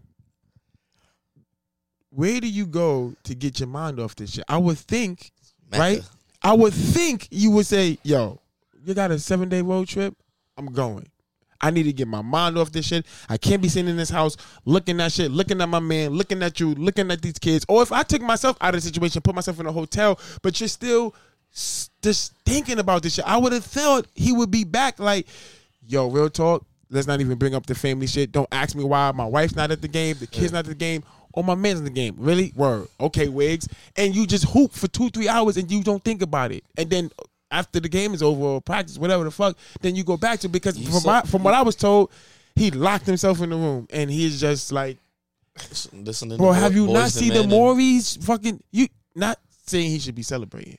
Where do you go to get your mind off this shit? I would think, Mecca. right? I would think you would say, yo, you got a seven day road trip? I'm going. I need to get my mind off this shit. I can't be sitting in this house looking at shit, looking at my man, looking at you, looking at these kids. Or if I took myself out of the situation, put myself in a hotel, but you're still s- just thinking about this shit. I would have thought he would be back. Like, yo, real talk. Let's not even bring up the family shit. Don't ask me why my wife's not at the game, the kids not at the game. Oh, my man's in the game. Really? Word. Okay, wigs. And you just hoop for two, three hours and you don't think about it. And then after the game is over or practice, whatever the fuck, then you go back to because from, my, from what I was told, he locked himself in the room and he's just like Listen to Bro, the have Boy- you Boyz not II seen Men the and- Maury's fucking you not saying he should be celebrating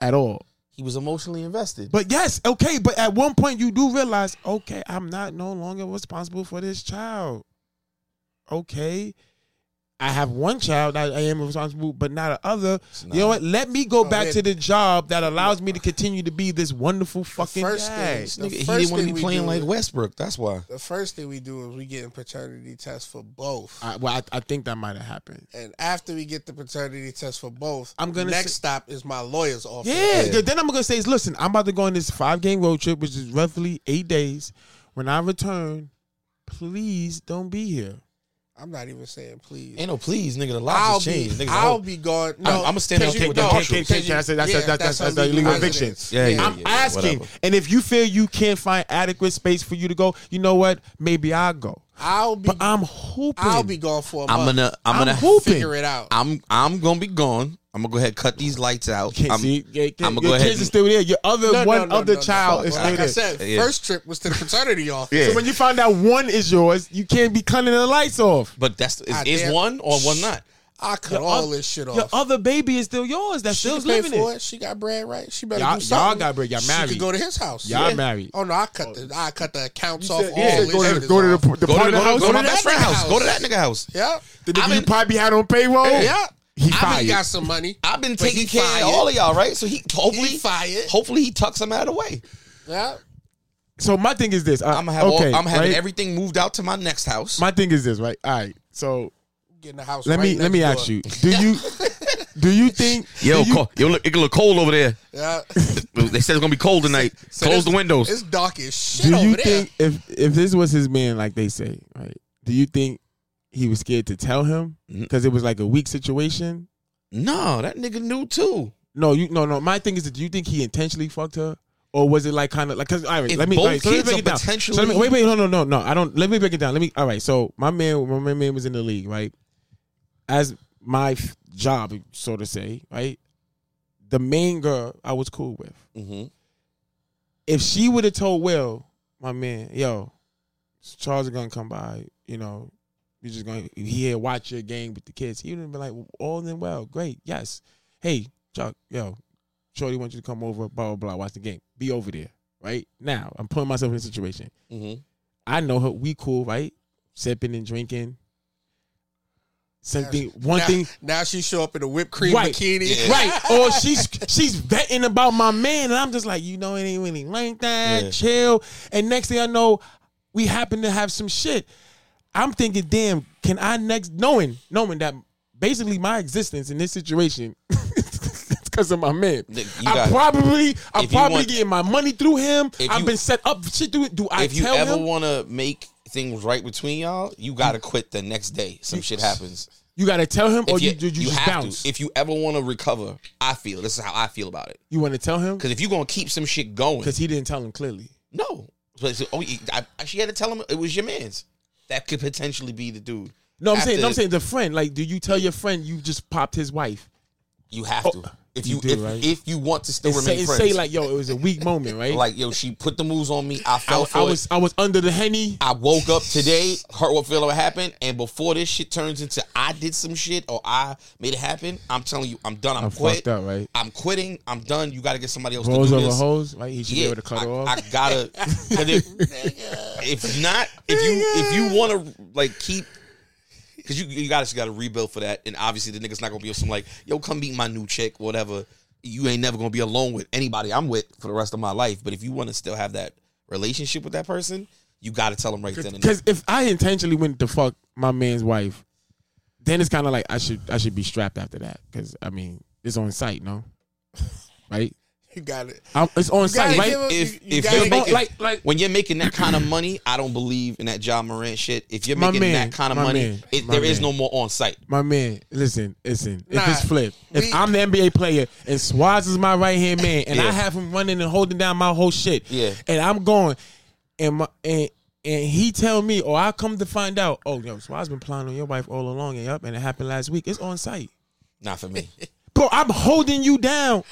at all. He was emotionally invested. But yes, okay, but at one point you do realize, okay, I'm not no longer responsible for this child. Okay. I have one child that I am responsible, but not a other. You know what? Let me go back man. to the job that allows me to continue to be this wonderful fucking first guy. thing- Nigga, the he first didn't want thing to be we playing do like is- Westbrook. That's why. The first thing we do is we get in paternity tests for both. I, well, I, I think that might have happened. and after we get the paternity test for both, I'm gonna next say- stop is my lawyer's office. Yeah. Then I'm gonna say, is, listen, I'm about to go on this five game road trip, which is roughly eight days. When I return, please don't be here. I'm not even saying please. Ain't no please, nigga. The laws I'll just be, changed. Niggas, I'll oh, be gone. No, I'm- I'ma stand Cause out you- there with the no, cause pictures. Can't- can't say- that's- yeah, that's- that's- that's illegal illegal eviction. residence. yeah, yeah, I'm yeah, asking, whatever. and if you feel you can't find adequate space for you to go, you know what? Maybe I'll go. I'll be, But I'm hoping. I'll be gone for a I'm month. gonna. I'm, I'm gonna. hooping. figure it out. I'm. I'm gonna be gone. I'm gonna go ahead and cut these lights out. Can't I'm, see. Yeah, your I'm gonna go ahead. kids are And, still there. Your other No, no, one no, other no, no. child is Well, still Like I there. said, Yeah. first trip was to the paternity office. Yeah. So when you find out one is yours, you can't be cutting the lights off. but that's is, Ah, I is dare- one or one not. I cut Your all oth- this shit Your off. other baby is still yours. That's she still can pay living for it. it. She got bread, right? She better Y'all- do something. y'all got bread. Y'all She married. could go to his house. Y'all married. Oh no, I cut the I cut the accounts off. said- all yeah, this go to- shit is go to the off. p- the Go to, partner go, house. to, go to my Go to that best friend nigga house. Go house. to that nigga house. Yeah, The nigga I'm you in- probably had on payroll. yeah. He I fired. mean, got some money. I've been But he taking care fired. of all of y'all, right? So he hopefully He fired. Hopefully he tucks them out of the way. Yeah, So my thing is this. Uh, I'm gonna have Ah, okay, all, I'm having right? everything moved out to my next house. My thing is this, right? All right. So get in the house. let right me let me next ask door. you. Do you do you think? do you, yo, look, it look cold over there. Yeah. They said it's gonna be cold tonight. So it's- It's dark as shit do you over there. think if if this was his man, like they say, right? Do you think he was scared to tell him Mm-hmm. because it was like a weak situation? no, that nigga knew too. No, you no no. My thing is, that do you think he intentionally fucked her, or was it like kind of like? Cause all right, If let me. both all right, so let me kids break are it down. potentially- So let me, wait, wait, no, no, no, no. I don't. Let me break it down. Let me. All right. So my man, my man was in the league, right? As my f- job, so to say, right? The main girl I was cool with. Mhm. If she would have told Will, my man, yo, Charles is gonna come by. You know, you're just going to here watch your game with the kids. He would have been like, all in well, great, yes. Hey, Chuck, yo, Shorty wants you to come over, blah, blah, blah, watch the game. Be over there, right? Now, I'm putting myself in a situation. Mhm. I know her, we cool, right? Sipping and drinking. Something, one now, thing, Now she show up in a whipped cream Right. bikini. right? Or she's she's vetting about my man, and I'm just like, you know, it ain't really like that. Yeah. Chill. And next thing I know, we happen to have some shit. I'm thinking, damn, can I next knowing knowing that basically my existence in this situation. it's Because of my man, Nick, you I got- probably, I if you probably want- getting my money through him. If I've you- been set up. Shit, do do I if you tell ever him? want to make things right between y'all, you gotta quit the next day. Some shit happens. you gotta tell him, or If you you, you, just have bounce. to. If you ever want to recover, I feel this is how I feel about it. you want to tell him, Because if you're gonna keep some shit going, because he didn't tell him clearly. no, But so- oh, you- I, I- she had to tell him it was your man's. That could potentially be the dude. No, I'm saying, After- no, I'm saying the friend. Like, do you tell your friend you just popped his wife? You have Oh, to if you you, do, if, right? if you want to still And say, remain and friends. say like, yo, it was a weak moment, right? Like, yo, she put the moves on me. I I, fell for I it. was, I was under the henny. I woke up today, heard what feel what happened, and before this shit turns into I did some shit or I made it happen, I'm telling you, I'm done. I'm, I'm quit. fucked up, right? I'm quitting. I'm done. You got to get somebody else Rolls to do over this. hose, right? He should be yeah, able to cut I, her off. I gotta. 'cause if, if not, if you if you want to like keep. Cause you you gotta just gotta rebuild for that, and obviously the nigga's not gonna be some like yo come meet my new chick, whatever. You ain't never gonna be alone with anybody I'm with for the rest of my life. But if you want to still have that relationship with that person, you gotta tell them right then and there. Because if I intentionally went to fuck my man's wife, then it's kind of like I should, I should be strapped after that. Because I mean, it's on site, no? Right? You got it. I'm, it's on You gotta site, right? give him- If you- you if gotta you're give- making like- like- when you're making that kind of money, I don't believe in that John Morant shit. If you're My making man, that kind of my money, man, it, my there is man. no more on site. My man, listen, listen. Nah, if it's flip, we- if I'm the NBA player and Swaz is my right hand man, and Yeah. I have him running and holding down my whole shit, Yeah. and I'm going, and my and and he tell me, or I come to find out, oh yo, Swaz been plotting on your wife all along, and yup, and it happened last week. It's on site, Not for me. bro. I'm holding you down.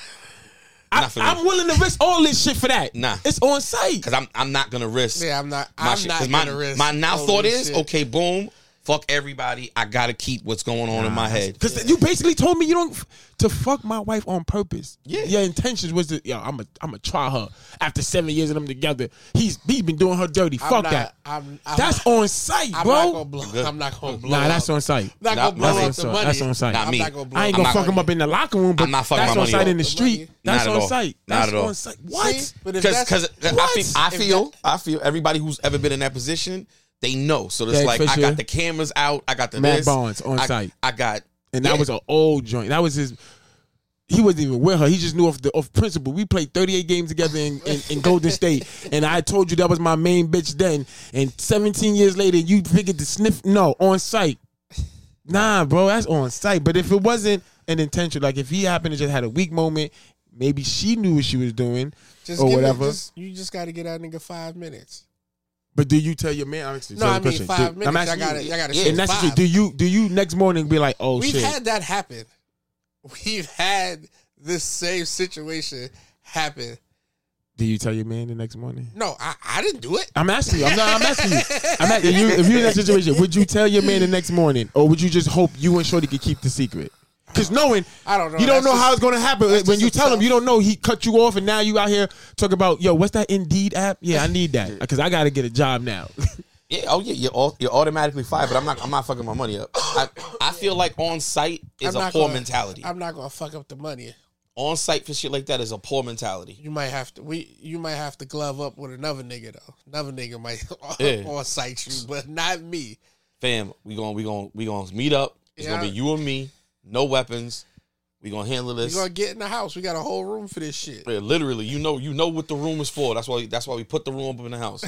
I, Not for me. I'm willing to risk all this shit for that. Nah. it's on site. Because I'm I'm not gonna risk. Yeah, I'm not. my I'm shit. 'Cause not my, gonna risk. my now all thought this is shit. okay. Boom. Fuck everybody. I gotta keep what's going on in my head. Cause you basically told me you don't f- to fuck my wife on purpose. Yeah. your intentions was to yo, I'm a I'm a try her after seven years of them together. He's he's been doing her dirty. I'm fuck not- that. I'm, I'm, that's on site, I'm not bro. gonna blow. I'm not gonna blow. Nah, that's up. on site. I'm not Nah, gonna blow that's up on the site. money. That's on site. Not I'm me. not gonna blow. I ain't I'm gonna not fuck him gonna- up in the locker room, but I'm not fucking that's my on money site up. in the The street. money. That's Not at on all. site. Not That's at all. on site. See? What? But if Because that's because I What? feel I If feel I feel everybody who's ever been in that position they know. So it's Yeah, like for I sure. got the cameras out. I got the Matt this. Barnes on I- site. I got And that Yeah. was an old joint. That was his. He wasn't even with her. He just knew off the off principle. We played 38 games together in, in, in Golden State, and I told you that was my main bitch then. And 17 years later, you figured to sniff. No, on site. Nah, bro, that's on site. But if it wasn't an intention, like if he happened to just had a weak moment, maybe she knew what she was doing just or give it- whatever. just- you just got to get that nigga five minutes. but do you tell your man? I'm asking you No, a I mean question. five Do- minutes. I asking you- got to. I got to. Yeah, Yeah, And that's the five. truth. Do you do you next morning be like, oh We've shit? had that happen. We've had this same situation happen. do you tell your man the next morning? No, I, I didn't do it. I'm asking you. I'm not. I'm asking you. I'm asking you. If you're in that situation, would you tell your man the next morning, or would you just hope you and Shorty could keep the secret? Because knowing, I don't know. You don't That's know just- how it's going to happen that's when just you a tell him. tough- You don't know. He cut you off, and now you out here talking about, yo, what's that Indeed app? Yeah, I need that because I got to get a job now. Yeah. Oh yeah. You're au- you're automatically fired. But I'm not. I'm not fucking my money up. I, I feel like on site is I'm a not poor gonna- mentality. I'm not gonna fuck up the money. on site for shit like that is a poor mentality. You might have to. We you might have to glove up with another nigga though. Another nigga might Yeah. on site you, but not me. Fam, we going we going we going to meet up. It's gonna Yeah. be you and me. No weapons. We gonna handle We this. gonna get in the house. We got a whole room for this shit. Yeah, literally, you know, you know what the room is for. That's why. That's why we put the room up in the house.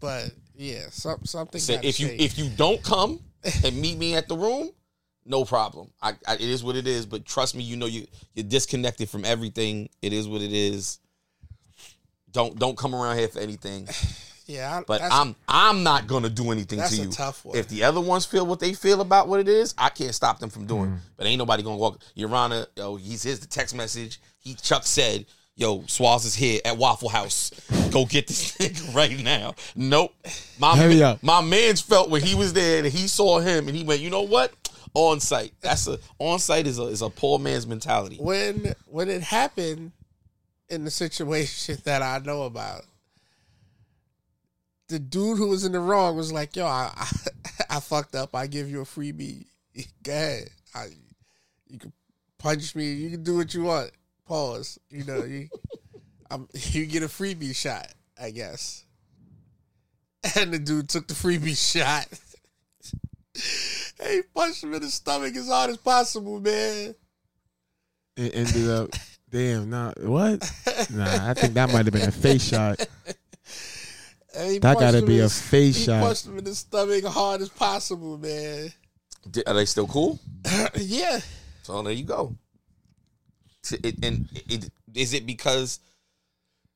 But yeah, some, something. Say, gotta if you change. if you don't come and meet me at the room, no problem. I, I it is what it is. But trust me, you know you you're disconnected from everything. It is what it is. Don't don't come around here for anything. yeah, I, But that's- I'm I'm not gonna do anything That's to a you. tough one. If the other ones feel what they feel about what it is, I can't stop them from Mm-hmm. doing. it. But ain't nobody gonna walk. Your Honor, yo, he's here's the text message. He Chuck said, "Yo, Swaz is here at Waffle House. Go get this nigga right now." Nope. My Hurry man- up. my man's felt when he was there and he saw him and he went, "You know what? On site. That's a on site is a is a poor man's mentality." when when it happened in the situation that I know about, the dude who was in the wrong was like, "Yo, I I, I fucked up. I give you a freebie. Go ahead. I, you can punch me. You can do what you want. Pause. You know, you I'm, you get a freebie shot, I guess." And the dude took the freebie shot. He punched him in the stomach as hard as possible, man. It ended up, damn, nah, what? Nah, I think that might have been a face shot. And he That punched gotta him be in a his- face he shot. punched him in the stomach hard as possible, man. Di- Are they still cool? yeah. So there you go. So it- and it, is it because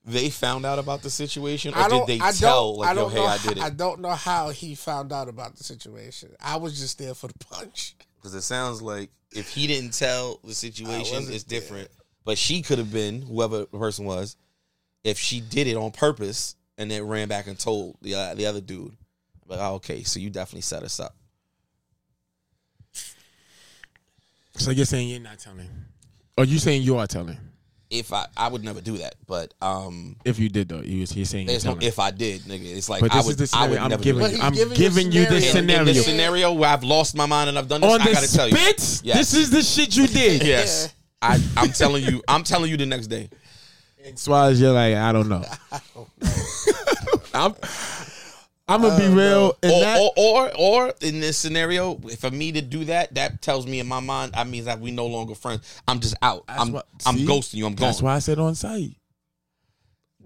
they found out about the situation, or did they tell like, "Yo, hey, know, I did I it"? don't know how he found out about the situation. I was just there for the punch. Because it sounds like if he didn't tell the situation, wasn't it's different. But she could have been whoever the person was. If she did it on purpose and then ran back and told the uh, the other dude, like, oh, okay, so you definitely set us up. So you're saying you're not telling, or you saying you are telling? If I, I would never do that, but um, If you did though, you was you're saying you're there's no telling. if I did, nigga. It's like but I this would, is the I scenario would I'm never. do giving that. But you. he's I'm giving you giving you this in, in scenario. this scenario where I've lost my mind and I've done this, on I the gotta tell spit. you. Yes. This is the shit you did. Yes. I, I'm telling you, I'm telling you the next day. Swaz, you're like, I don't know. I'm, I'm gonna be real. And Or, that, or, or, or in this scenario, for me to do that, that tells me in my mind, I means that we no longer friends. I'm just out. I'm, what- I'm see? ghosting you. I'm gone. that's why I said on site.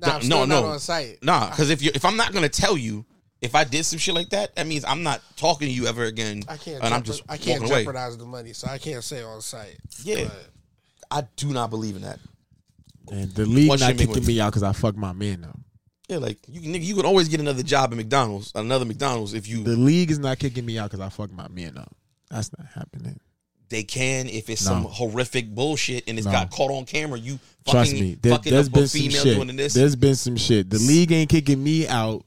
Nah, I'm No, still no. not on site. Nah, because if you if I'm not gonna tell you if I did some shit like that, that means I'm not talking to you ever again. I can't. and I'm jeopard- just I can't walking away. jeopardize the money, so I can't say on site. Yeah, I do not believe in that. And the league One not shit make kicking one. me out because I fucked my man up. Yeah, like you nigga, you can always get another job at McDonald's, another McDonald's if you The league is not kicking me out because I fucked my man up. That's not happening. they can if it's No. some horrific bullshit and it's No. got caught on camera. You fucking, Trust me. There, fucking has up been a some female shit. doing this. There's been some shit. The league ain't kicking me out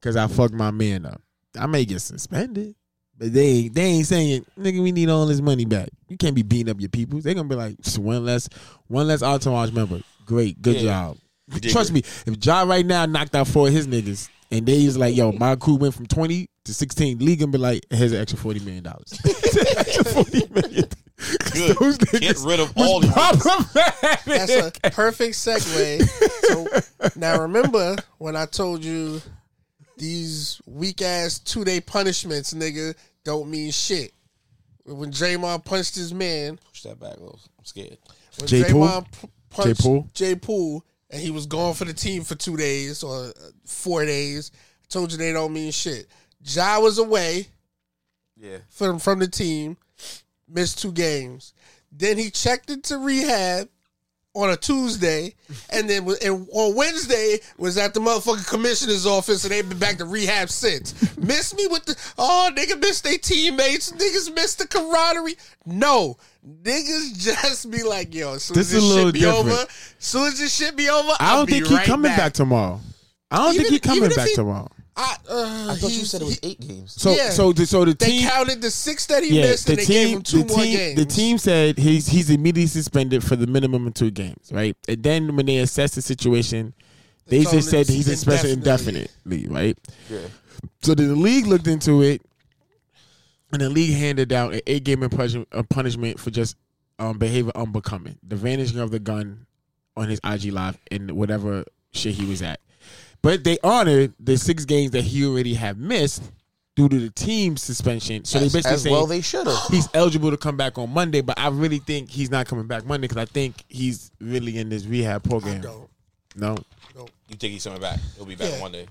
because I fucked my man up. I may get suspended, but they they ain't saying, nigga, we need all this money back. You can't be beating up your people. They're gonna be like, "Just one less, one less entourage member. Great, good Yeah. job. Trust me, if John right now knocked out four of his niggas and they was like, yo, my crew went from 20 to 16, league gonna be like, here's an extra $40 million. extra $40 million. Good. Those Get niggas rid of was all these. problematic. That's a perfect segue. So now remember when I told you these weak ass two day punishments, nigga, don't mean shit. When Draymond punched his man, Push that back, Rose. I'm scared. when J. Poole? Draymond p- punched J. J. Poole? Poole? and he was gone for the team for two days or uh, four days. I told you they don't mean shit. Ja was away Yeah. from from the team, missed two games. Then he checked into rehab on a Tuesday, and then was- and on Wednesday was at the motherfucking commissioner's office, and they've been back to rehab since. miss me with the oh nigga miss their teammates, niggas miss the camaraderie. No, niggas just be like yo, as soon This as is this a little shit be different. over, as soon as this shit be over, I I'll don't be think he right coming back. tomorrow. I don't Even- think he coming even if back he- tomorrow. I, uh, I thought you he's- said it was he- eight games. So yeah. so the, so the They team counted the six that he yeah missed, the and they gave him team two the more team games. the team said he's he's immediately suspended for the minimum of two games right and then when they assessed the situation they told just him said it's he's suspended indefinitely. indefinitely right yeah so then the league looked into it and the league handed out an eight game punishment, punishment for just um, behavior unbecoming the vanishing of the gun on his IG live and whatever shit he was at. But they honored the six games that he already had missed due to the team suspension. So they basically as saying well they should have. he's eligible to come back on Monday, but I really think he's not coming back Monday because I think he's really in this rehab program. Don't. No. You think he's coming back? He'll be back Yeah. one day.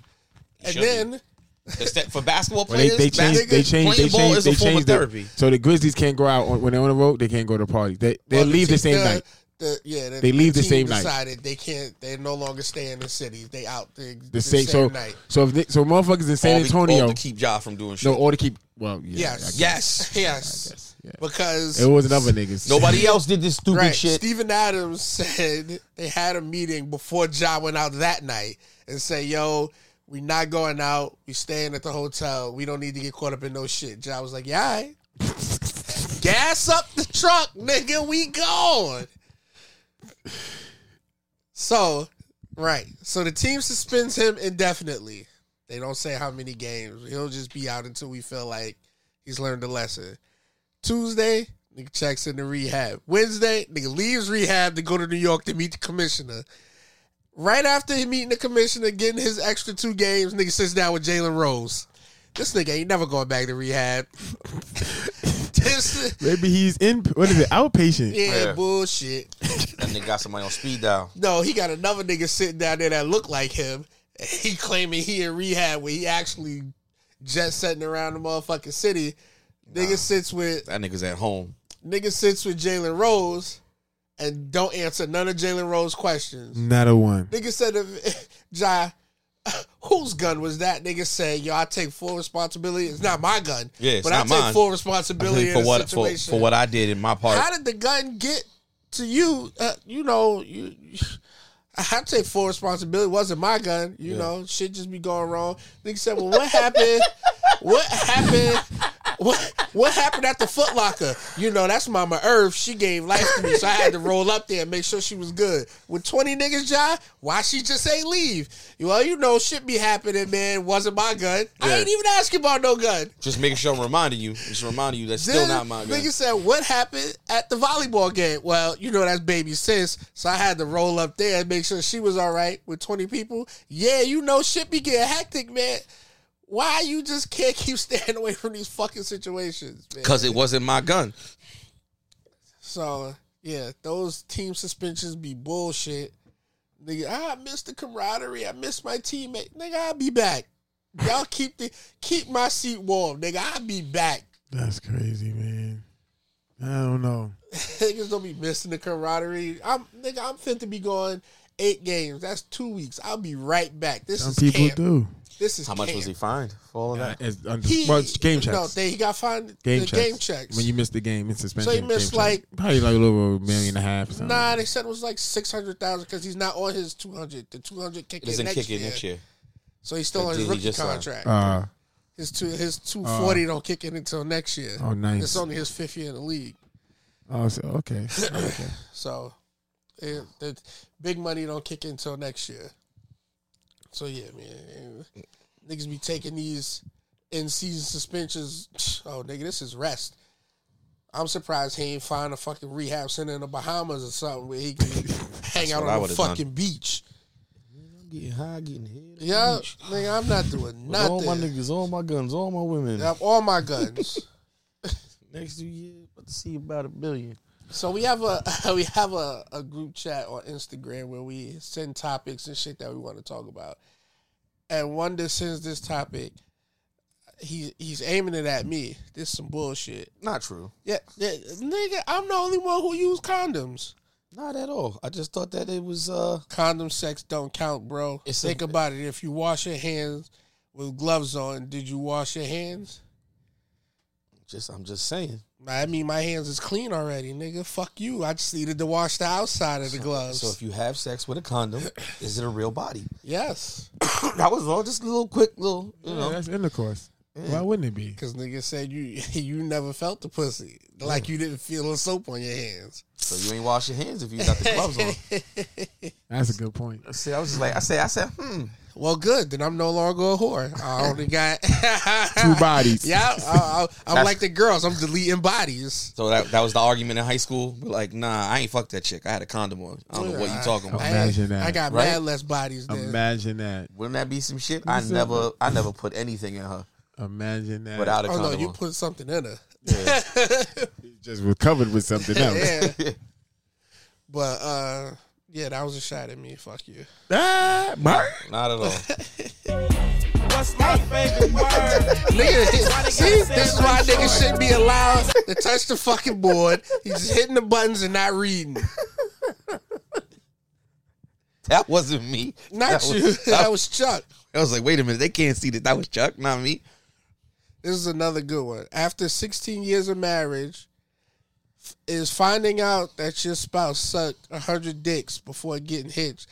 He And should be. then The step- for basketball Well, they, players, they changed. They basket- changed. They playing ball changed. is a They form of changed. therapy. The, so the Grizzlies can't go out on, when they're on the road. They can't go to parties. They they Well, leave the team- same night. the- yeah, They leave the team same night. decided They can't. They no longer stay in the city. They out the, the, The same. same So night. so if they, so motherfuckers in All San be- all Antonio. to keep Ja from doing shit. No, or to keep. Well, yeah. Yes. I guess. yes. Yes, Yeah. because It wasn't other niggas. Nobody else did this stupid right. shit. Stephen Adams said they had a meeting before Ja went out that night and say, "Yo, we not going out. We staying at the hotel. We don't need to get caught up in no shit." Ja was like, "Yeah, all right. gas up the truck, nigga. We gone." So, right. So the team suspends him indefinitely. They don't say how many games. He'll just be out until we feel like he's learned a lesson. Tuesday, nigga checks into rehab. Wednesday, nigga leaves rehab to go to New York to meet the commissioner. Right after he meeting the commissioner, getting his extra two games, nigga sits down with Jalen Rose. This nigga ain't never going back to rehab. this, Maybe he's in. What is it? Outpatient. yeah, Yeah. bullshit. And they got somebody on speed dial. No, he got another nigga sitting down there that look like him. and He claiming he in rehab when he actually jet setting around the motherfucking city. Nigga sits with That nigga's at home. nigga sits with Jalen Rose and don't answer none of Jalen Rose questions. Mm. Not a one. Nigga said if Ja, whose gun was that? Nigga said, yo, I take full responsibility. It's not my gun. Yeah, it's but I not take mine. full I responsibility think for in what the for, situation. for what I did in my part. How did the gun get to you? Uh, you know, you. I take full responsibility. It wasn't my gun. You know, shit just be going wrong. Nigga said, "Well, what happened? what happened? What what happened at the Foot Locker? You know, that's Mama Earth. She gave life to me, so I had to roll up there and make sure she was good. With twenty niggas, Jai, why she just ain't leave? Well, you know, shit be happening, man. Wasn't my gun. I Yeah. ain't even asking about no gun. Just making sure I'm reminding you. Just reminding you that's still Then not my gun. Nigga said, "What happened at the volleyball game?" Well, you know that's baby sis, so I had to roll up there and make sure she was all right with twenty people. Yeah, you know shit be getting hectic, man. Why you just can't keep staying away from these fucking situations, man? Cause it wasn't my gun. So yeah, those team suspensions be bullshit. Nigga, "Ah, I miss the camaraderie. I miss my teammate. Nigga, I'll be back. Y'all keep the keep my seat warm, nigga. I'll be back. That's crazy, man. I don't know. Niggas don't be missing the camaraderie. I'm nigga, I'm fit to be going eight games. That's two weeks. I'll be right back. This Some is people camp. do. This is How much camp. was he fined for all of that? As, under, He, well, it's game No, checks. they, he got fined game, the checks. game checks. When you miss the game in suspension. So he missed, game checks. probably like a little over a million and a half. Or something. Nah, they said it was like six hundred thousand because he's not on his two hundred. The two hundred kick It in doesn't next kick year, in next year. so he's still on his Did he rookie just sign? contract. Uh, his two his two forty don't kick in until next year. oh, nice. It's only his fifth year in the league, oh, so, okay. okay. so it, the big money don't kick in until next year. So yeah, man, and niggas be taking these in season suspensions. Oh, nigga, this is rest. I'm surprised he ain't find a fucking rehab center in the Bahamas or something where he can hang out what on I the would've done. fucking beach. Getting high, getting hit. Yeah, nigga, I'm not doing nothing. niggas, all my guns, all my women. I have all my guns. Next two years, about to see about a billion. So we have a we have a, a group chat on Instagram where we send topics and shit that we want to talk about. And one that sends this topic, he he's aiming it at me. This some bullshit. Not true. Yeah, yeah, nigga, I'm the only one who use condoms. Not at all. I just thought that it was uh Condom sex don't count, bro. It's a- Think about it. If you wash your hands with gloves on, did you wash your hands? just I'm just saying. I mean, my hands is clean already, nigga. Fuck you. I just needed to wash the outside of the gloves. So if you have sex with a condom, is it a real body? yes. that was all just a little quick little you Yeah, know. that's intercourse. Why wouldn't it be? Cause nigga said you you never felt the pussy like you didn't feel the soap on your hands. So you ain't wash your hands if you got the gloves on. That's a good point. See, I was just like I said, I said, hmm. Well, good. Then I'm no longer a whore. I only got Two bodies. Yeah, I, I, I'm That's- like the girls. I'm deleting bodies. So that that was the argument in high school. We're like, nah, I ain't fucked that chick. I had a condom on. I don't know what you talking about. Imagine I, that, I got right? mad less bodies than Imagine that. Wouldn't that be some shit? I said never I never put anything in her Imagine that. without a Oh no, condom you on. put something in her. just was covered with something else. Yeah. but uh, yeah, that was a shot at me. Fuck you. Ah, Mark. Not at all. What's my favorite word? Nigga, see, this is why niggas shouldn't be allowed to touch the fucking board. He's just hitting the buttons and not reading. that wasn't me. Not that you. Was, that was Chuck. I was like, wait a minute, they can't see that. That was Chuck, not me. This is another good one. After 16 years of marriage, f- is finding out that your spouse sucked 100 dicks before getting hitched.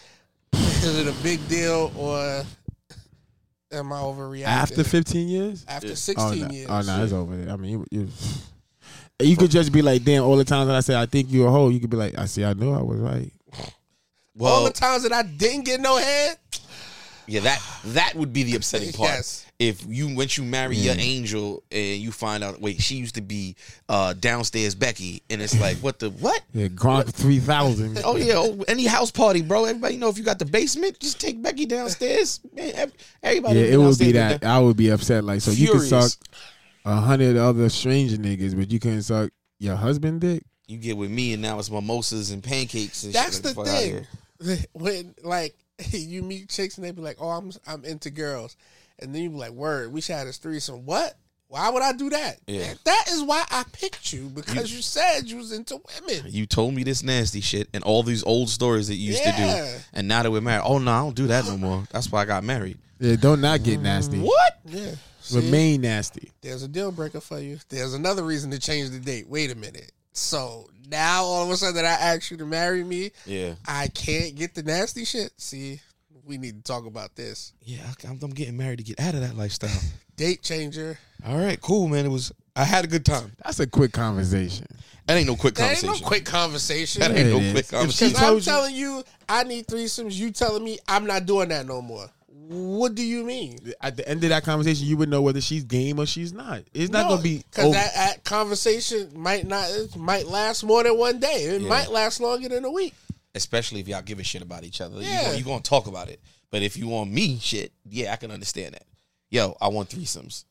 Is it a big deal or am I overreacting? After 15 years? After Oh, 16 no, years. oh, no it's over. there. I mean, you, you, you could just be like, damn, all the times that I said, I think you're a hoe, you could be like, I see, I knew I was right. Well, All the times that I didn't get no head, yeah, that that would be the upsetting part. Yes. If you once you marry Mm. your angel and you find out, wait, she used to be uh, downstairs Becky, and it's like, what the what? Yeah, Gronk 3000. Oh yeah, oh, any house party, bro. Everybody know if you got the basement, just take Becky downstairs. Man, ev- everybody. Yeah, been it would downstairs be with that. I would be upset. Like, so you could Furious. suck a hundred other stranger niggas, but you couldn't suck your husband dick. You get with me, and now it's mimosas and pancakes. And that's shit. Like, the fuck outta thing. here. When like you meet chicks and they be like, "Oh, I'm I'm into girls," and then you be like, "Word, we should have this threesome." What? Why would I do that? Yeah. That is why I picked you because you, said you was into women. You told me this nasty shit and all these old stories that you used to Yeah. do, and now that we're married, oh no, I don't do that no more. That's why I got married. Yeah, don't not get nasty. What? Yeah. See, Remain nasty. there's a deal breaker for you. There's another reason to change the date. Wait a minute. So now all of a sudden that I asked you to marry me, Yeah, I can't get the nasty shit. See, we need to talk about this yeah. I- I'm, I'm getting married to get out of that lifestyle. date changer. all right, cool, man. It was. I had a good time. That's a quick conversation. That ain't no quick That ain't conversation. no quick conversation. That ain't Yeah, no it quick is. conversation. Because She I'm told you- telling you, I need threesomes. You telling me I'm not doing that no more. What do you mean? At the end of that conversation, you would know whether she's game or she's not. It's not gonna be oh, because over. that, that conversation might not it might last more than one day. It might last longer than a week. especially if y'all give a shit about each other. Yeah. You're you going to talk about it. But if you on me shit, yeah, I can understand that. yo, I want threesomes.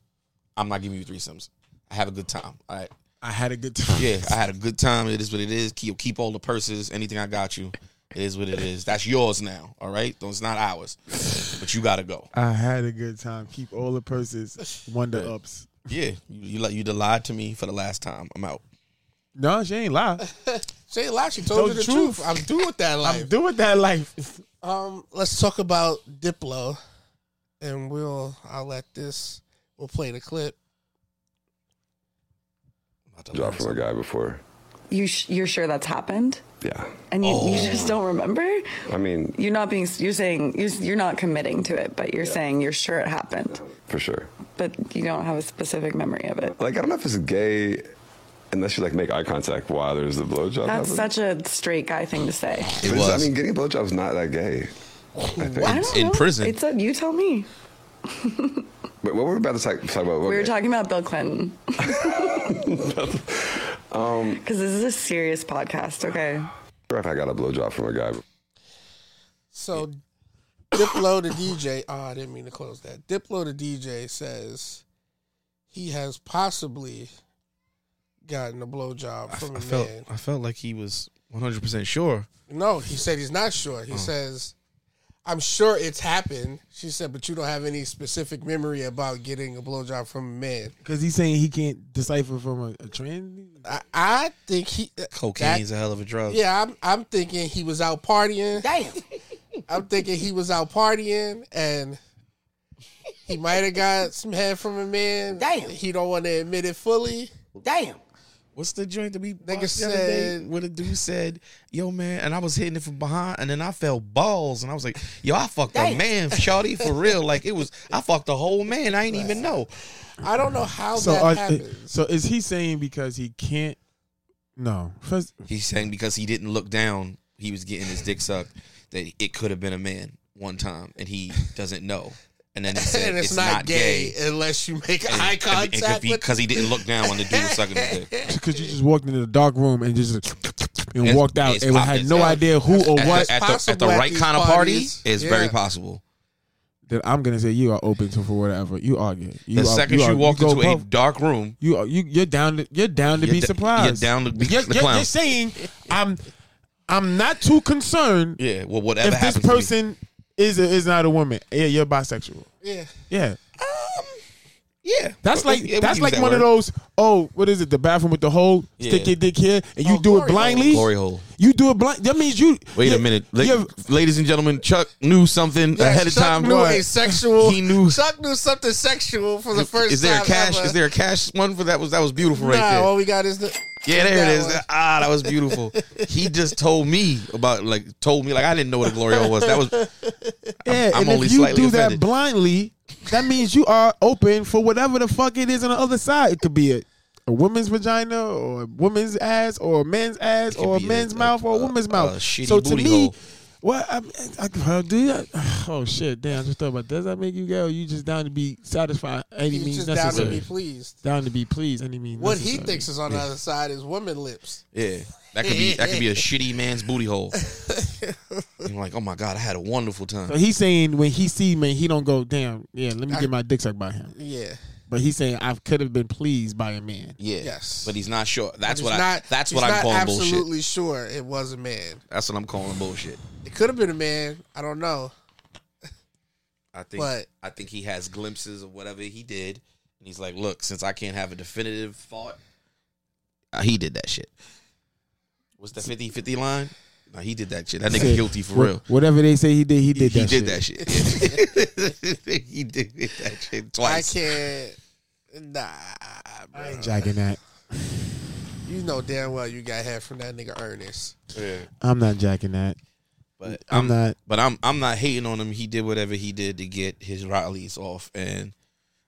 I'm not giving you threesomes. I have a good time. All right. I had a good time. Yeah, I had a good time. It is what it is. Keep keep all the purses. Anything I got you. It is what it is. That's yours now. All right. It's not ours. But you gotta go. I had a good time. Keep all the purses, wonder ups. Yeah. You you, li- you done lied to me for the last time. I'm out. No, she ain't lie. She ain't lie. She told you the truth. I'm through with that I'm life. doing that life. um, let's talk about Diplo, and we'll I'll let this. We'll play the clip. Dropped from a guy before. You sh- you're sure that's happened, Yeah. and you, you Oh. just don't remember. I mean, You're not being. You're saying you're, you're not committing to it, but you're saying you're sure it happened, for sure. but you don't have a specific memory of it. Like, I don't know if it's gay unless you like make eye contact while there's the blowjob. That's happening. such a straight guy thing to say. It But it's- I was. mean, getting a blowjob's not that gay. I don't In know. prison. It's a, you tell me. But what we're about to talk, talk about? We were talking about Bill Clinton. Um, Because this is a serious podcast, okay? if I got a blowjob from a guy. So Diplo the DJ, oh, I didn't mean to close that. Diplo the DJ says he has possibly gotten a blowjob from a man. I felt like he was 100 percent sure. No, he said he's not sure. Mm. He says, I'm sure it's happened. She said, but you don't have any specific memory about getting a blowjob from a man. Because he's saying he can't decipher from a, a trend. I, I think he. Cocaine's that- a hell of a drug. yeah, I'm, I'm thinking he was out partying. Damn. I'm thinking he was out partying and he might have got some head from a man. Damn. He don't want to admit it fully. Damn. What's the joint that we Nigga nigga the other day said- where the dude said, "Yo, man," and I was hitting it from behind, and then I felt balls, and I was like, "Yo, I fucked a Damn. man, shawty, for real." Like it was, I fucked a whole man. I ain't even know. I don't know how So, that uh, are, happens. so is he saying because he can't? No. First, He's saying because he didn't look down, he was getting his dick sucked. That it could have been a man one time, and he doesn't know. And then he said, and it's, not, gay, unless you make eye contact with because he didn't look down when the dude was sucking his dick. because you just walked into the dark room and just and It's- walked out it's and pop- had it's- no idea who or At, what. the, at, the, at the possible at right these kind of party, parties. it's very Yeah. possible. Then I'm gonna say you are open to for whatever you are. Gay. You The are, second you, are- walked go into a both. dark room, you are, you you're down to you're down to You're be d- surprised. you're down to be you're, the you're- clown. you're saying I'm I'm not too concerned yeah, well, whatever if this happens to me- person is or is not a woman. Yeah, you're bisexual. Yeah. Yeah. Yeah, That's Well, like yeah, we that's use like that one of word. those. Oh, what is it? The bathroom with the hole. Stick Yeah. your dick here, and you Oh, do glory it blindly. hole. Glory hole. You do it blind. That means you. Wait you're- a minute, La- you're- ladies and gentlemen. Chuck knew something Yes, ahead of Chuck time. knew a sexual. He knew- Chuck knew something sexual for the first. is there a time cash? ever. Is there a cash one for that? Was that was beautiful right nah, there? all we got is the. yeah, there that it is. one. Ah, that was beautiful. he just told me about like told me like I didn't know what a glory hole was. That was yeah, I'm and only if you slightly do that offended. blindly, that means you are open for whatever the fuck it is on the other side. It could be a, a woman's vagina, or a woman's ass, or a man's ass, could or a be a- man's mouth, or a a- woman's a mouth. shitty so to booty me, hole. what I, I, I, do that? Oh shit! Damn, I just thought about. Does that make you gay, or you just down to be satisfied? Any He's means just down necessary. to be pleased. down to be pleased. Any means What he necessary. thinks is on the other side is woman lips. yeah. That could be that could be a shitty man's booty hole. I'm like, oh my god, I had a wonderful So time. he's saying when he see me, he don't go, damn, yeah, let me get my dick sucked by him. Yeah. But he's saying I could have been pleased by a man. Yeah, Yes. but he's not sure. That's He's what not- I. That's he's what I'm not calling absolutely bullshit. sure it was a man. That's what I'm calling bullshit. It could have been a man. I don't know. I think But- I think he has glimpses of whatever he did, and he's like, "Look, since I can't have a definitive thought, uh, he did that shit." What's the 50-50 line? No, he did that shit. That nigga Said, guilty for "Wha- real. Whatever they say he did, he did he that. did shit. that shit. he did that shit twice. I can't. Nah, I bro. ain't jacking that. You know damn well you got head from that nigga Ernest. I'm not jacking that. But I'm, I'm, not. But I'm I'm not hating on him. He did whatever he did to get his Rileys off, and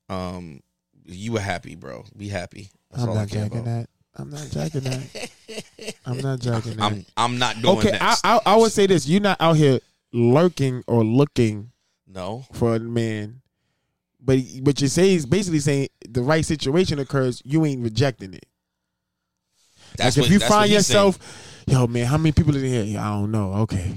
um, you were happy, bro. Be happy. That's I'm all I not care jacking about. that. I'm not jacking that. I'm not jacking that. I'm I'm not going okay, I, next. I I would say this: you're not out here lurking or looking no, for a man. But what you say is basically saying the right situation occurs, you ain't rejecting it. that's like what- if you that's what find he's saying. yourself, yo man, how many people is in here? Yeah, I don't know. Okay,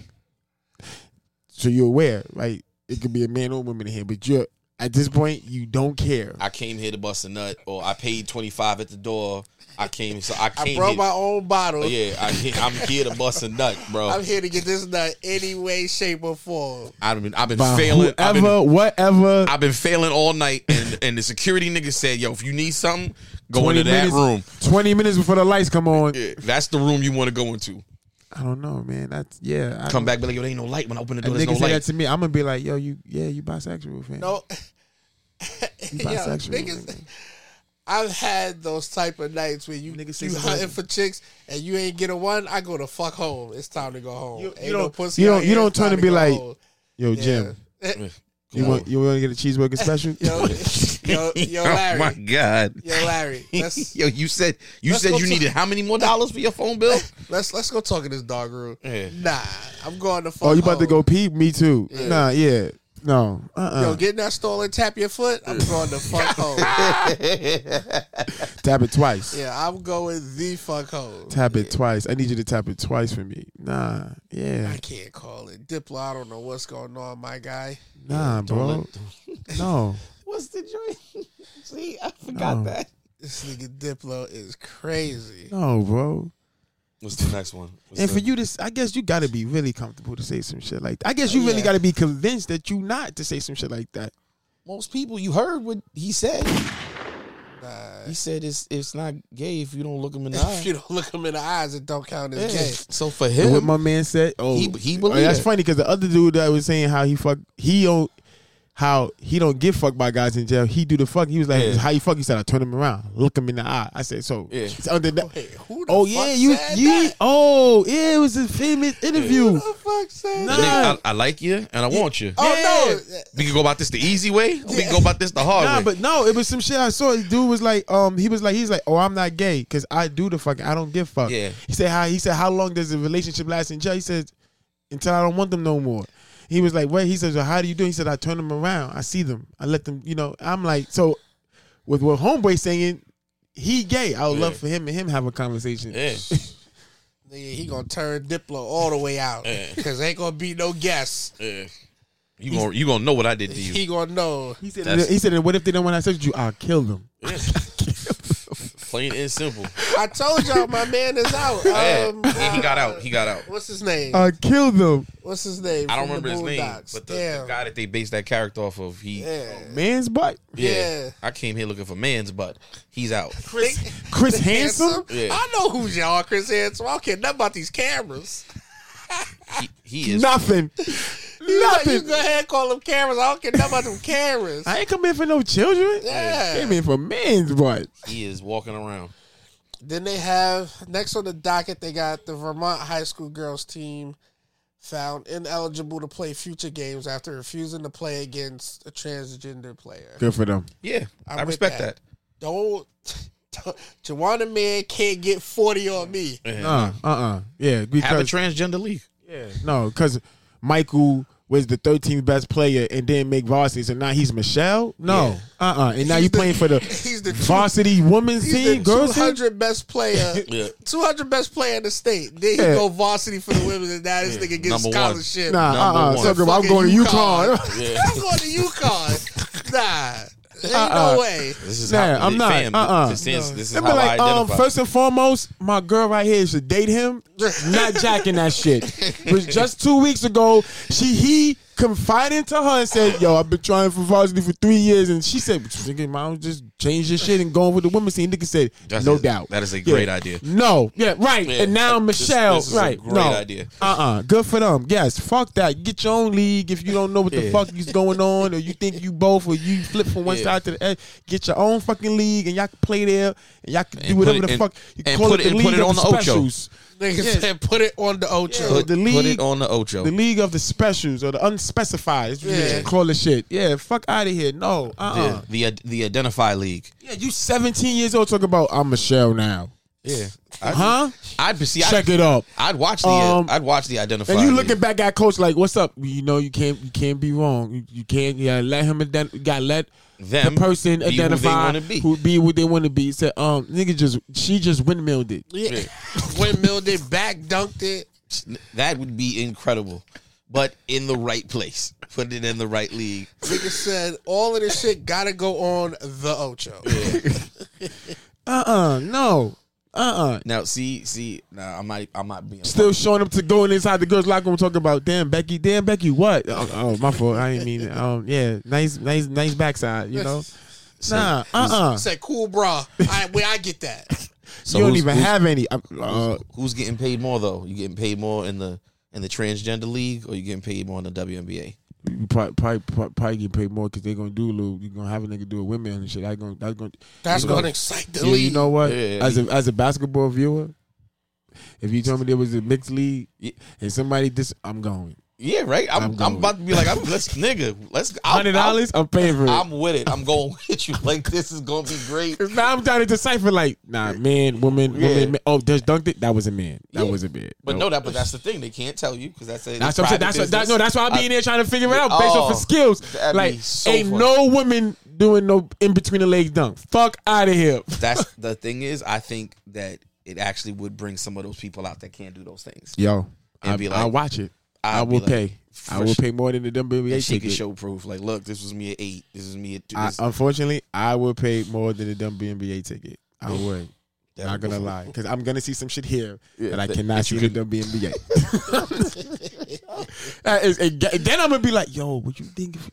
so you're aware, right? It could be a man or a woman in here, but you're At this point, you don't care. I came here to bust a nut, or I paid twenty five at the door. I came, so I I came. brought here- Oh, my own bottle. yeah, I, can't- I'm here to bust a nut, bro. I'm here to get this nut any way, shape, or form. I've been, I've been By failing. I've been, whoever, whatever. I've been failing all night, and, and the security nigga said, "Yo, if you need something, go into that minutes, room. Twenty minutes before the lights come on. Yeah, that's the room you want to go into. I don't know, man. That's yeah. I Come back, be like, yo, there ain't no light when I open the A door. There's nigga no say that light. to me, I'm gonna be like, yo, you yeah, you bisexual, fam. No, you yo, bisexual. niggas, nigga. I've had those type of nights where you Niggas say you something. hunting for chicks and you ain't get a one. I go to fuck home. It's time to go home. You- Ain't you no don't- pussy you out don't- you here. don't It's turn time and be go like, home. Yo, Yeah. Jim, you want you want to get a cheeseburger special? Yo, yo, yo, Oh my Larry, god. yo, Larry. Let's Yo, you said you Let's said go you to- needed how many more dollars for your phone bill? let's let's go talk in this dog room. Yeah. Nah, I'm going to fuck. Oh, you about to home. go pee? Me too. Nah, yeah, no, uh, uh Yo, get in that stall and tap your foot. I'm going to fuck home. tap it twice. Yeah, I'm going the fuck home. Tap it twice. I need you to tap it twice for me. Nah, yeah, I can't call it Diplo. I don't know what's going on, my guy. nah, bro. No, What's the joint? See, I forgot No. that. This nigga Diplo is crazy. no, bro. What's the next one? What's And the- for you to, s- I guess you got to be really comfortable to say some shit like. I guess you really Oh, Yeah. got to be convinced that you not to say some shit like that. most people, you heard what he said. Nah. He said it's it's not gay if you don't look him in the If eye. you don't look him in the eyes, it don't count as Yeah. gay. So for And what him, my man said. Oh, He- he oh, believe That's it. funny because the other dude that was saying how he fuck, he don't, how he don't get fucked by guys in jail. He do the fuck. He was like, Yeah. how you fuck? He said, I turn him around, look him in the eye. I said, so Yeah. it's under that. Wait, who the oh fuck yeah, you, said you, that? oh yeah, it was a famous interview. Who the fuck said Nah. that? nigga, I, I like you and I want you. Oh no, We can go about this the easy way. Or we can go about this the hard Nah, way. but no, it was some shit I saw. This dude was like, um, he was like, he's like, oh, I'm not gay because I do the fucking, I don't give fuck. Yeah. He said how he said how long does the relationship last in jail? He said until I don't want them no more. He was like, wait. He says, well, how do you do? it?" He said, I turn them around. I see them. I let them. You know, I'm like, so with what homeboy saying, he gay. I would love for him and him have a conversation. yeah. nigga, he gonna turn Diplo all the way out because ain't gonna be no guess. yeah. You gonna you gonna know what I did to you. He gonna know. He said, That's- he said, and what if they don't want to have sex with you? I'll kill them. Plain and simple. I told y'all my man is out. Yeah. Um, he, he uh, got out. He got out. What's his name? I'll kill them. What's his name? I don't from remember the his name, Boondocks? but the, the Damn. guy that they based that character off of, he yeah. Yeah. Man's butt. Yeah. I came here looking for man's butt. He's out. Chris, Chris Handsome. Yeah. I know who y'all are, Chris Handsome. I don't care nothing about these cameras. He, he is. Nothing. You, know, you Nothing. go ahead and call them cameras. I don't care nothing about them cameras. I ain't come in for no children. Yeah. Came in for men's butt. He is walking around. Then they have next on the docket they got the Vermont high school girls team found ineligible to play future games after refusing to play against a transgender player. Good for them. Yeah, I'm I with respect that. that. Don't Jawana man can't get forty on me. Uh uh uh. Yeah, Have a because transgender league. no, because Michael was the 13th best player and didn't make varsity, so now he's Michelle. No, uh uh. And now He's you the- playing for the he's the two- varsity women's He's team, the girls two team. hundred best player, Yeah. two hundred best player in the state. Then he Yeah. go varsity for the women, and now this nigga gets Number one. scholarship. Nah, Number uh uh. one. So girl, I'm Fucking going to UConn. UConn. I'm going to UConn. Nah, ain't Uh-uh. no way. This is Nah, how I'm not. Fam, Uh-uh. This is, this is It how be like, I um, identify. first and foremost, my girl right here should date him. Not jacking that shit. But just two weeks ago, she he confided to her and said, "Yo, I've been trying for varsity for three years," and she said, "Nigga, mom, just change your shit and go with the women's team." Nigga said, That's "No a- doubt." that is a Yeah. great idea. No, yeah, right. Yeah. And now This- Michelle, this is a right? great no. idea. Uh uh Good for them. Yes. Fuck that. Get your own league if you don't know what the Yeah. fuck is going on, or you think you both, or you flip from one Yeah. side to the other. Get your own fucking league, and y'all can play there, and y'all can And do put whatever it- the and- fuck. You and call put it it- the and league put it of on the the Ocho. specials. Nigga Yeah. said, put it on the Ocho. Put put, the put league- it on the Ocho. The league of the specials or the unspecified. It's what Yeah. you call the shit. Yeah, fuck out of here. No. Uh uh yeah, the ad- the identify league. Yeah, you 17 years old talking about I'm Michelle now. Yeah, Huh? I'd see. I'd, Check it up. I'd watch the. Um, I'd watch the identify. And you league. looking back at coach like, what's up? You know, you can't you can't be wrong. You, you can't yeah, let him ident- you gotta let Them the person be who they identify wanna be. who be what they want to be. Said, um, nigga just she just windmilled it. Yeah. Windmilled it, back dunked it. That would be incredible. but in the right place. Put it in the right league. Nigga said all of this shit gotta go on the Ocho. Uh uh no. Uh uh Now, see, see, nah, I'm not, I'm not being Still showing up to going inside the girls' locker room talking about damn Becky, damn Becky, what? Oh, oh, my fault. I didn't mean. it. Um, yeah, nice, nice, nice backside. You know, nah, uh uh Said cool, bra. I where I get that. So you don't who's- even who's- have any. Uh, uh, Who's getting paid more though? You getting paid more in the in the transgender league, or you getting paid more in the WNBA? you probably, probably, probably, probably get paid more because they're gonna do a little. You're gonna have a nigga do a women and shit. I gonna, that's gonna, That's you know- gonna excite the you, league. you know what? Yeah. As a as a basketball viewer, if you told me there was a mixed league and somebody dis, I'm going Yeah, right. I'm, I'm I'm, going. about to be like, I'm, let's nigga, let's I'll- hundred dollars. I'm paying for it. I'm, I'm with it. I'm going with you. Like this is gonna be great. 'Cause now I'm trying to decipher like, nah, man, woman, Yeah. woman, man. Oh, there's dunked it. That was a man. That Yeah. was a man. But no, that but that's the thing. They can't tell you because that's a That's what I'm saying. That's what, that, no, that's why I'm being there trying to figure it out based off Oh, of skills. that'd be Like, so ain't funny. no woman doing no in between the legs dunk. Fuck out of here. that's the thing is. I think that it actually would bring some of those people out that can't do those things. Yo, And I, be like- I watch it. i I'll be will like, pay. I for will sure. pay more than the And WNBA she can ticket. show proof. Like, look, this was me at eight. This is me at two. I, This- unfortunately, I will pay more than the WNBA ticket. I would. that not was- gonna lie, because I'm gonna see some shit here Yeah, that I that- cannot that see you in the WNBA. That is- and ga- then I'm gonna be like, yo, what you think? If,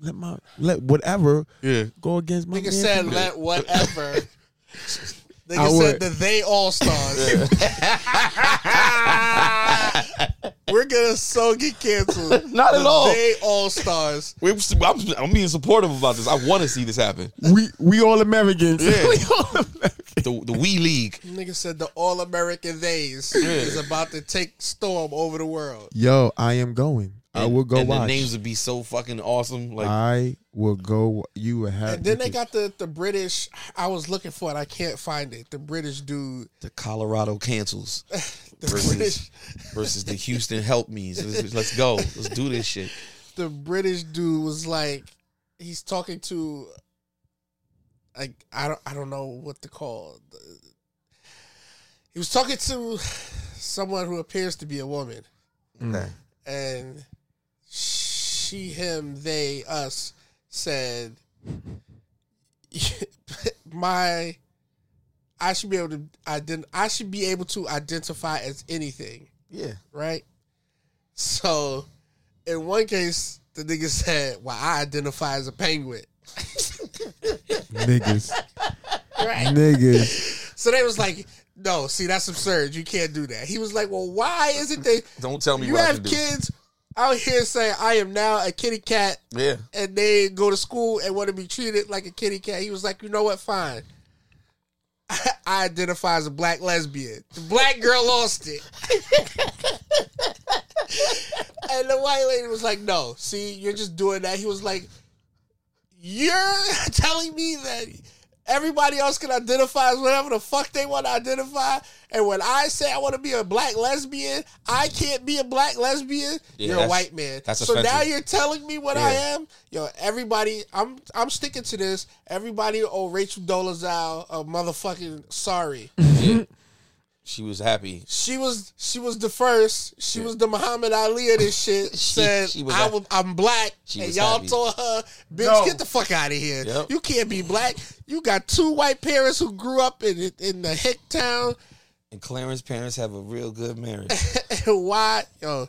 let my let whatever Yeah. go against my Nigga man said from- let whatever. Nigga I said would. the they all stars. We're gonna so get canceled. Not at The all. They all stars. We- I'm, I'm being supportive about this. I want to see this happen. we we all Americans. Yeah. we all Americans. The the Wee League. Nigga said the all American theys is about to take storm over the world. Yo, I am going. I will go and watch. Uh, The names would be so fucking awesome. Like I will go. You will have. And then they got the, the British. I was looking for it. I can't find it. The British dude. the Colorado cancels The versus British. versus the Houston help me's. Let's, let's go. Let's do this shit. The British dude was like, he's talking to, like I don't I don't know what to call. the- He was talking to someone who appears to be a woman, and she, him, they, us said, my. I should be able to ident- I should be able to identify as anything Yeah. right? So, in one case, the nigga said, "Well, I identify as a penguin." niggas. Right. niggas. So they was like, "No, see, that's absurd. You can't do that." He was like, "Well, why is it they Don't tell me you what I have can do. kids out here saying I am now a kitty cat, Yeah. and they go to school and want to be treated like a kitty cat?" He was like, "You know what? Fine." I identify as a black lesbian. The black girl lost it. And the white lady was like, "No, see, you're just doing that." He was like, "You're telling me that everybody else can identify as whatever the fuck they want to identify, and when I say I want to be a black lesbian, I can't be a black lesbian. Yeah, you're a that's- white man. that's so now offensive. you're telling me what I am. Yo, everybody, I'm I'm sticking to this. Everybody, oh Rachel Dolezal, a motherfucking sorry." She was happy. She was she was the first. She was the Muhammad Ali of this shit. said she was I a- was, I'm black, She and was y'all happy. told her, "Bitch, get the fuck out of here. Yep. You can't be black. You got two white parents who grew up in in the hick town. And Clarence's parents have a real good marriage. And why, yo?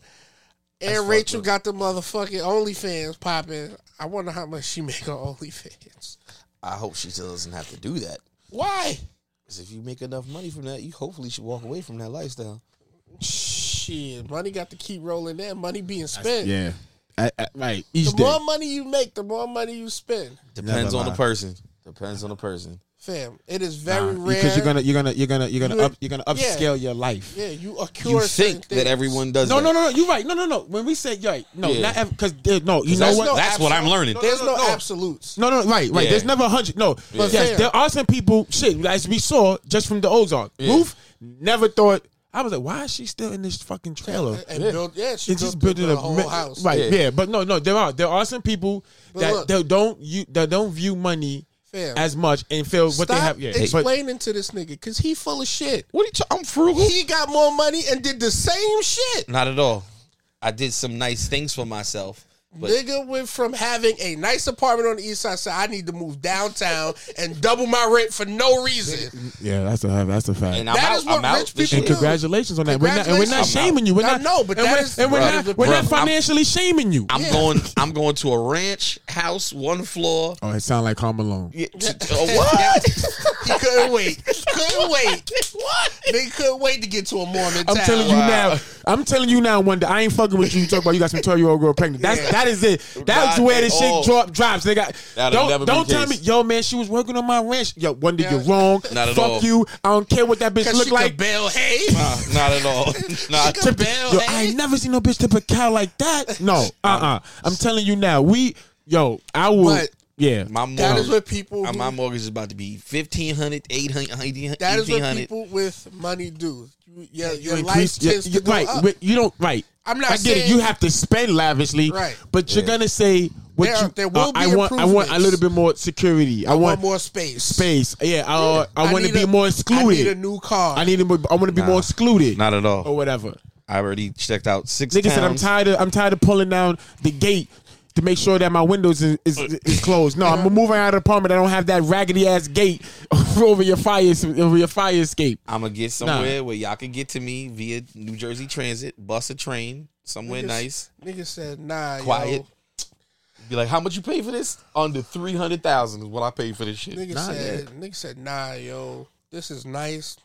And fucked Rachel up. got the motherfucking OnlyFans popping. I wonder how much she make on OnlyFans. I hope she still doesn't have to do that. Why? Because if you make enough money from that, you hopefully should walk away from that lifestyle. Shit, money got to keep rolling in. Money being spent. Yeah. I, I, right. Each The day. more money you make, the more money you spend. Depends Never on the lie. person. Depends on the person. Fam, it is very Nah, rare. Because you're gonna you're gonna you're gonna you're gonna You- up you're gonna yeah. upscale your life. Yeah, you accrue. You certain think things. that everyone does No, that. no, no, no. You're right. No, no, no. When we say you're right, no, Yeah. not because no, you know That's- what? that's what I'm learning. There's no, no, no. absolutes. No, no, right, right. Yeah. There's never a hundred. No, But yes, fair. there are some people. Shit, as we saw just from the Ozark, Ruth never thought. I was like, why is she still in this fucking trailer? And build, yeah, she It just built built the- it the a whole me- house. right? Yeah. Yeah. but no, no, there are there are some people But that look. they don't you that don't view money Fam. as much and feel what Stop they have. Yeah, but- explaining to this nigga because he full of shit. What are you? Ta- I'm frugal. He got more money and did the same shit. Not at all. I did some nice things for myself. But Nigga went from having a nice apartment on the east side, said I need to move downtown and double my rent for no reason. Yeah, that's a that's a fact. and And, I'm That out. is what I'm out rich this people year. do. congratulations on that. We're not, and we're not Congratulations. shaming you. We're I not. know, but and that we're, is- and we're Bruh, not we're not bruh, I'm- financially shaming you. I'm Yeah. going. I'm going to a ranch house, one floor. oh, it sounds like Home Alone. Yeah, t- t- oh, what? He couldn't wait. Couldn't wait. what? They couldn't wait to get to a Mormon I'm town. telling you now. I'm telling you now. One day I ain't fucking with you. You talk about you got some twelve year old girl pregnant. That's that is it. That's God, where the they shit all- drop drops. They got That'll don't never be don't the tell me, case. yo man, she was working on my ranch. Yo, one day Yeah. you're wrong. Not at Fuck all. you. I don't care what that bitch Cause look she like. could bail hay. Nah, not at all. Nah, She could bail eh? Yo, I hay. ain't never seen no bitch tip a cow like that. No, uh, uh I'm telling you now. We, yo, I will. But- yeah, my That is mortgage. what people. uh, who- My mortgage is about to be 1500 800 that is what 1800 people with money do. You, yeah, your life increase- yeah, tends yeah, to go right. up. but You don't. Right. I'm not I get it. saying- You have to spend lavishly. Right. But you're gonna say what There- you. there will uh, I be want. I want a improvements. little bit more security. I, I want want more space. space. Yeah. I, uh, I, want to need be a- more excluded. I need a new car. I need. to be- I want to be more excluded. Not at all. or whatever. I already checked out six. Nigga said I'm towns. tired. Of, I'm tired of pulling down the gate. To make sure that my windows is, is, is closed. No, I'm moving out of the apartment. I don't have that raggedy ass gate over your fire over your fire escape. I'm gonna get somewhere where y'all can get to me via New Jersey Transit, bus or train, somewhere Niggas- nice, Nigga said, nah, quiet. Yo. Be like, how much you pay for this? Under three hundred thousand is what I pay for this shit. Nigga said, nigga said, nah, yo, this is nice.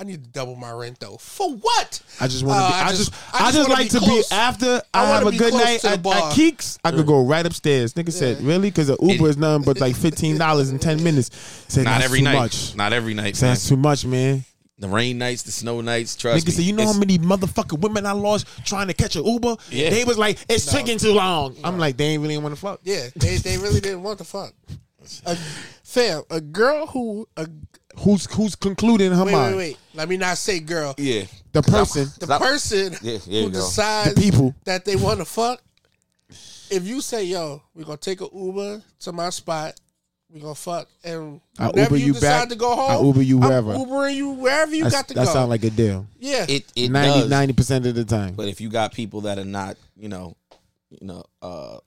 I need to double my rent though. For what? I just want to Uh, be. I, just. I just, wanna like to close. be after I, wanna have a be good close night to the at, bar. at Keeks. I could go right upstairs. Nigga said, "Really?" Because the Uber It- is nothing but like fifteen dollars in ten minutes. Said Not that's every too night. much. Not every night. Said, man. that's too much, man. The rain nights, the snow nights. Trust Nigga me. said, "You know It's- how many motherfucking women I lost trying to catch an Uber? Yeah. They was like, it's taking too long. I'm like, they ain't really want to fuck. Yeah, they, they really didn't want the fuck. Uh, A, fam, a girl who a, Who's who's concluding her wait, mind? wait, wait. Let me not say girl. Yeah. The person. The Stop. person Yeah, there who you go. decides The people. that they want to fuck. If you say, yo, we're gonna take a Uber to my spot, we're gonna fuck and I'll whenever Uber you, you decide back, to go home, I'll Uber you wherever. I'm Ubering you wherever you That's- got to that go. sound like a deal. yeah. It it 90 does. 90 percent of the time. But if you got people that are not, you know, you know, uh,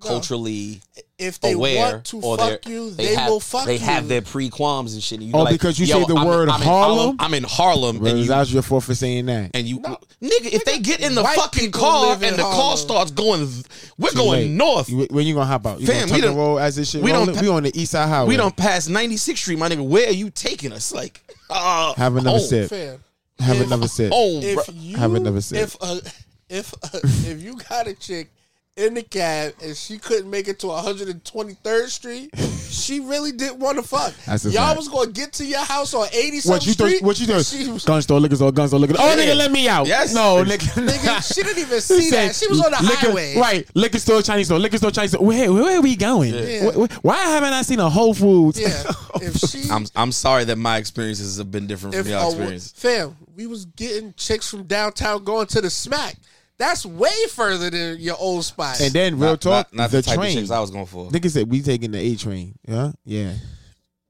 culturally if they aware want to or fuck they're- you, they, have, will fuck They you. have their pre qualms and shit. And you Oh, like, because you yo, say the I'm- word I'm in Harlem? I'm in Harlem, Well, and you that's your fault for saying that. And you, nigga, if they get in the white fucking people car live in and the car Harlem. starts going, we're Too going late. north. You, when you gonna hop out? You Fam, gonna we tuck done- and roll as this shit? We we done don't. pa- We on the east side highway. we don't pass 96th Street, my nigga. Where are you taking us? Like, uh, have another home. sip. Oh, Fam, Oh, Have If- another sip. Home, if bro. you Have another sip. if a, if a, if you got a chick in the cab and she couldn't make it to 123rd Street, she really didn't want to fuck. That's a Y'all fact. was gonna get to your house on 80 What something you Street. thought? What you thought? She was, Gun store liquor store. Gun store liquor. store. Oh Yeah. nigga, let me out. Yes. No nigga. nigga, she didn't even see that. She was on the liquor, highway. Right. Liquor store, Chinese store, liquor store, Chinese store. Where, where, are we going? Yeah. Wh- wh- why haven't I seen a Whole Foods? Yeah. If she I'm, I'm sorry that my experiences have been different if from a, your wo- experience. fam, we was getting chicks from downtown going to the smack. That's way further than your old spot. And then real Not- talk, not, not the, the, type of train. chicks I was going for. Nigga said we taking the A train. Yeah, yeah.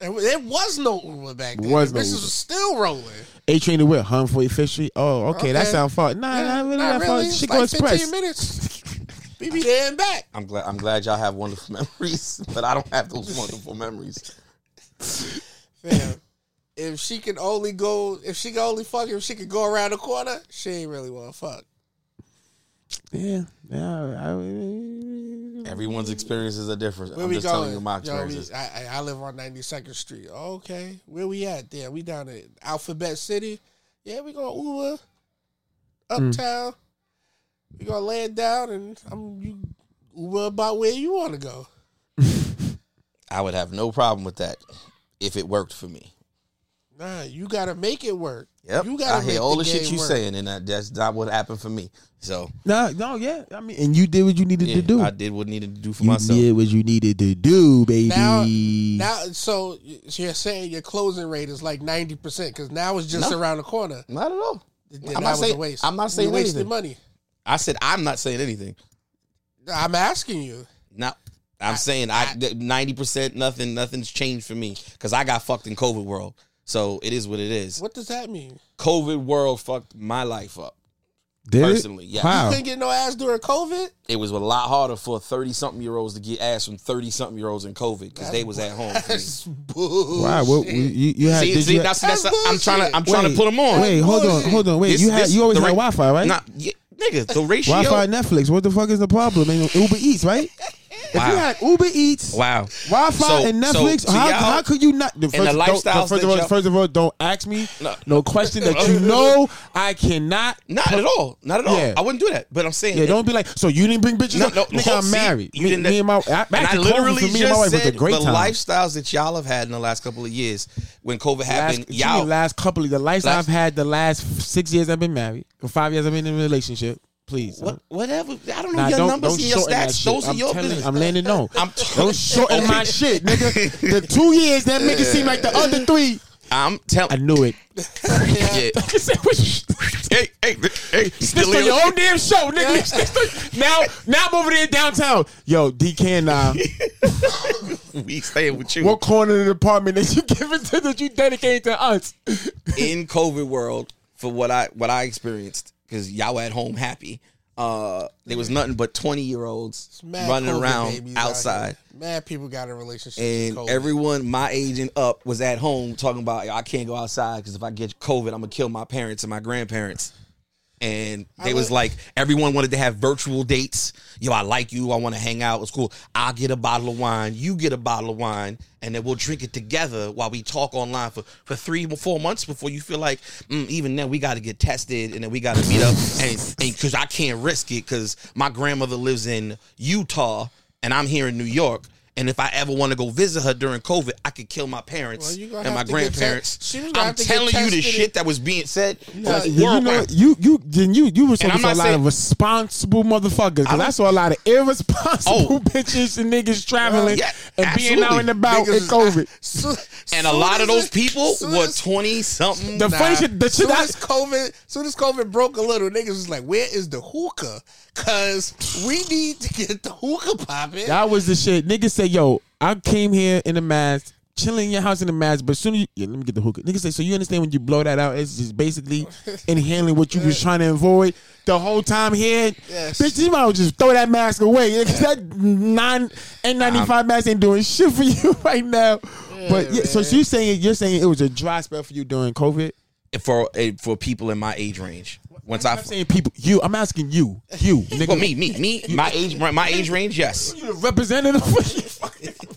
And there was no Uber back then. Was no this Uber. is still rolling. A train to where? Humphrey Fishery. Oh, okay, that Okay. sound far. Nah, not really that far. It's She like go express. 15 minutes. We be there and back. I'm glad. I'm glad y'all have wonderful memories, but I don't have those wonderful memories. Fam, if she can only go, if she can only fuck, if she could go around the corner, she ain't really want to fuck. Yeah, yeah. I- I- Everyone's experiences are different. Where I'm we just going? telling you my Yo, we- experiences. I, I, I live on 92nd Street. Okay. Where we at? There. We down at Alphabet City. Yeah, we going Uber. Hmm. Uptown. We going to land down and I'm you Uber about where you want to go. I would have no problem with that if it worked for me. Nah, you got to make it work. Yep. You I gotta hear make all the the shit game you work. saying, and that, that's not what happened for me. So No, no, yeah. I mean, and you did what you needed yeah, to do. I did what needed to do for you myself. did what you needed to do, baby. Now, now, so you're saying your closing rate is like ninety percent because now it's just No. around the corner. Not at all. Then I'm that not was saying- a waste. I'm not saying you wasted anything. money. I said I'm not saying anything. I'm asking you. Not. I'm saying I ninety percent nothing. Nothing's changed for me because I got fucked in COVID world. So it is what it is. What does that mean? COVID world fucked my life up. Did it? Personally, yes. Wow. You couldn't get no ass during COVID. It was a lot harder for thirty something year olds to get ass from thirty something year olds in COVID because they was at home. For me. That's bullshit. Wow, what, you, you had? See, did see, you, that's, that's, That's I'm trying to I'm trying to Wait, put them on. Wait, hold on, hold on. Wait, This- you had this- you always the had ra- Wi-Fi, right? Nah, yeah, nigga, the ratio. Wi-Fi, Netflix. What the fuck is the problem? Ain't no Uber Eats, right? If you Wow. had Uber Eats, Wow. Wi-Fi, So- and so Netflix, to how, y'all- how could you not? First, the don't- lifestyles first of that all, y'all- first of all, don't ask me no, No. question that you know I cannot. Not at all. Not at all. Yeah. I wouldn't do that. But I'm saying Yeah, don't be like. So you didn't bring bitches? No, up? no, Nigga, no, I'm see, married. you me, didn't- me and my, I, And I actually, literally for me and just my wife was said a great the time. lifestyles that y'all have had in the last couple of years when COVID Last, happened, what you y'all mean last couple of the life Last- I've had the last six years I've been married or five years I've been in a relationship. Please, what, whatever. I don't know Nah, your don't, numbers don't and your shorten that stats. shit. Those I'm are your telling you, business. I'm letting no. I'm- don't shorten my shit, nigga. The two years that make it seem like the other three. I'm I telling knew it. you. Hey, hey, hey, This still on in- your own damn show, nigga. You snitched on- now, now I'm over there downtown. Yo, DK and uh, I, we staying with you. what corner of the apartment that you giving to that you dedicated to us? in COVID world for what I what I experienced because y'all were at home happy. Uh, there was nothing but twenty year olds Mad running COVID around babies out outside, here. Mad people got in relationships. and with COVID. everyone my age and up was at home talking about I can't go outside because if I get COVID, I'm gonna kill my parents and my grandparents. And they was like everyone wanted to have virtual dates. Yo, I like you. I want to hang out. It's cool. I'll get a bottle of wine. You get a bottle of wine, and then we'll drink it together while we talk online for for three or four months before you feel like mm, even then we got to get tested and then we got to meet up and because I can't risk it because my grandmother lives in Utah and I'm here in New York. And if I ever want to go visit her during COVID, I could kill my parents Well, you gonna and my have to get te- grandparents. she was gonna I'm have to get telling you the tested shit and- that was being said. was Yeah, you know, worldwide. you you then you you were talking I'm to a not lot saying- of responsible motherfuckers because I, don't- saw a lot of irresponsible Oh. bitches and niggas traveling Yeah, and being out absolutely. and about Niggas in is- COVID. So- and a soon lot as of those it- people soon were as- twenty something. The funny shit, the shit soon I, as COVID, soon as COVID broke a little, niggas was like, "Where is the hookah? Cause we need to get the hookah popping." that was the shit. Niggas say, "Yo, I came here in a mask, chilling in your house in a mask." But soon, as you, yeah, let me get the hookah. Niggas say, "So you understand when you blow that out, it's just basically inhaling what you was trying to avoid the whole time here." Yes. Bitch, you might as well just throw that mask away. Cause that non N95 mask ain't doing shit for you right now. but yeah, so you saying you're saying it was a dry spell for you during COVID? for eh, for people in my age range. Once I I'm saying people, you. I'm asking you, you, nigga. well, me, me, me, my age, my age range, yes. You the representative.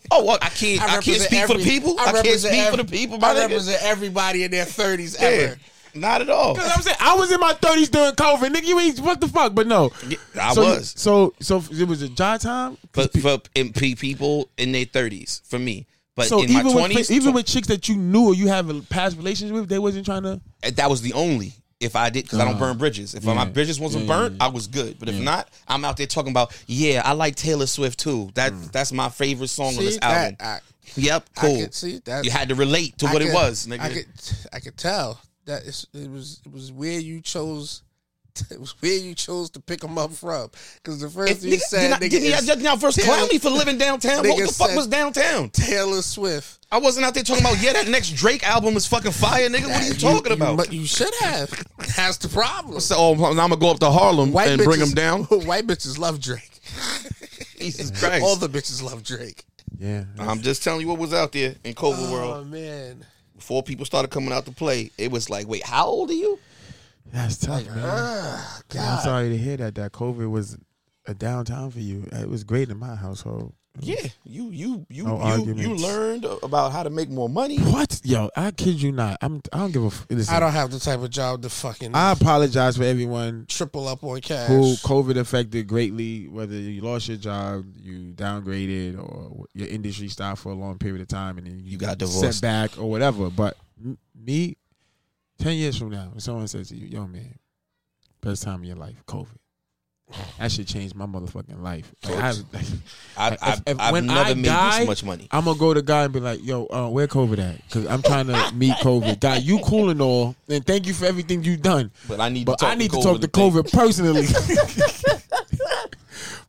Oh, well, I can't, I, can't represent speak for the every- people. I, can't represent speak every- for the people. My I nigga. represent everybody in their thirties Yeah, ever. not at all. Cause I'm saying I was in my 30s during COVID, nigga. You ain't what the fuck, but no, Yeah, I so, was. So, so it was a job time. For, for MP people in their thirties, for me. But So in my even with twenties, even with chicks that you knew or you have a past relationship with, they wasn't trying to. eh, that was the only if I did because I Uh, don't burn bridges. If my bridges wasn't burnt, I was good. But if not, I'm out there talking about yeah, I like Taylor Swift too. That that's my favorite song on Mm. See this that? album. I, yep, I cool. could see that. You had to relate to I what could- it was, nigga. I could, I could tell that it's, it was it was where you chose. It was where you chose to pick them up from. Because the first If- thing you nigga, said, did I- nigga, did y'all is just now first clown me for living downtown? What Nigga the fuck said- was downtown? Taylor Swift. I wasn't out there talking about yeah, that next Drake album is fucking fire, nigga. What are you talking about? But you should have. That's the problem. so oh, I'm gonna go up to Harlem and bring them down. White bitches love Drake. Jesus Christ! All the bitches love Drake. Yeah, I'm just telling you what was out there in COVID Oh world. man, Before people started coming out to play, it was like, wait, how old are you? that's tough, man. I'm sorry to hear that. That COVID was a downtown for you. It was great in my household. Yeah, you you you No you, you arguments. learned about how to make more money. What, yo? I kid you not. I'm. I don't give a. F- listen, I don't have the type of job to fucking I apologize for everyone triple up on cash. who COVID affected greatly, whether you lost your job, you downgraded, or your industry stopped for a long period of time, and then you, got divorced. set back or whatever. But m- me, ten years from now, if someone says to you, "Yo, man, best time of your life, COVID." That should change my motherfucking life. Like, I, like, I, I, if- if- I've when never I made die- this much money. I'm gonna go to God and be like, "Yo, uh, where COVID at?" Because I'm trying to meet COVID. God, you cool and all, and thank you for everything you've done. But I need But to talk I need to to talk to COVID personally.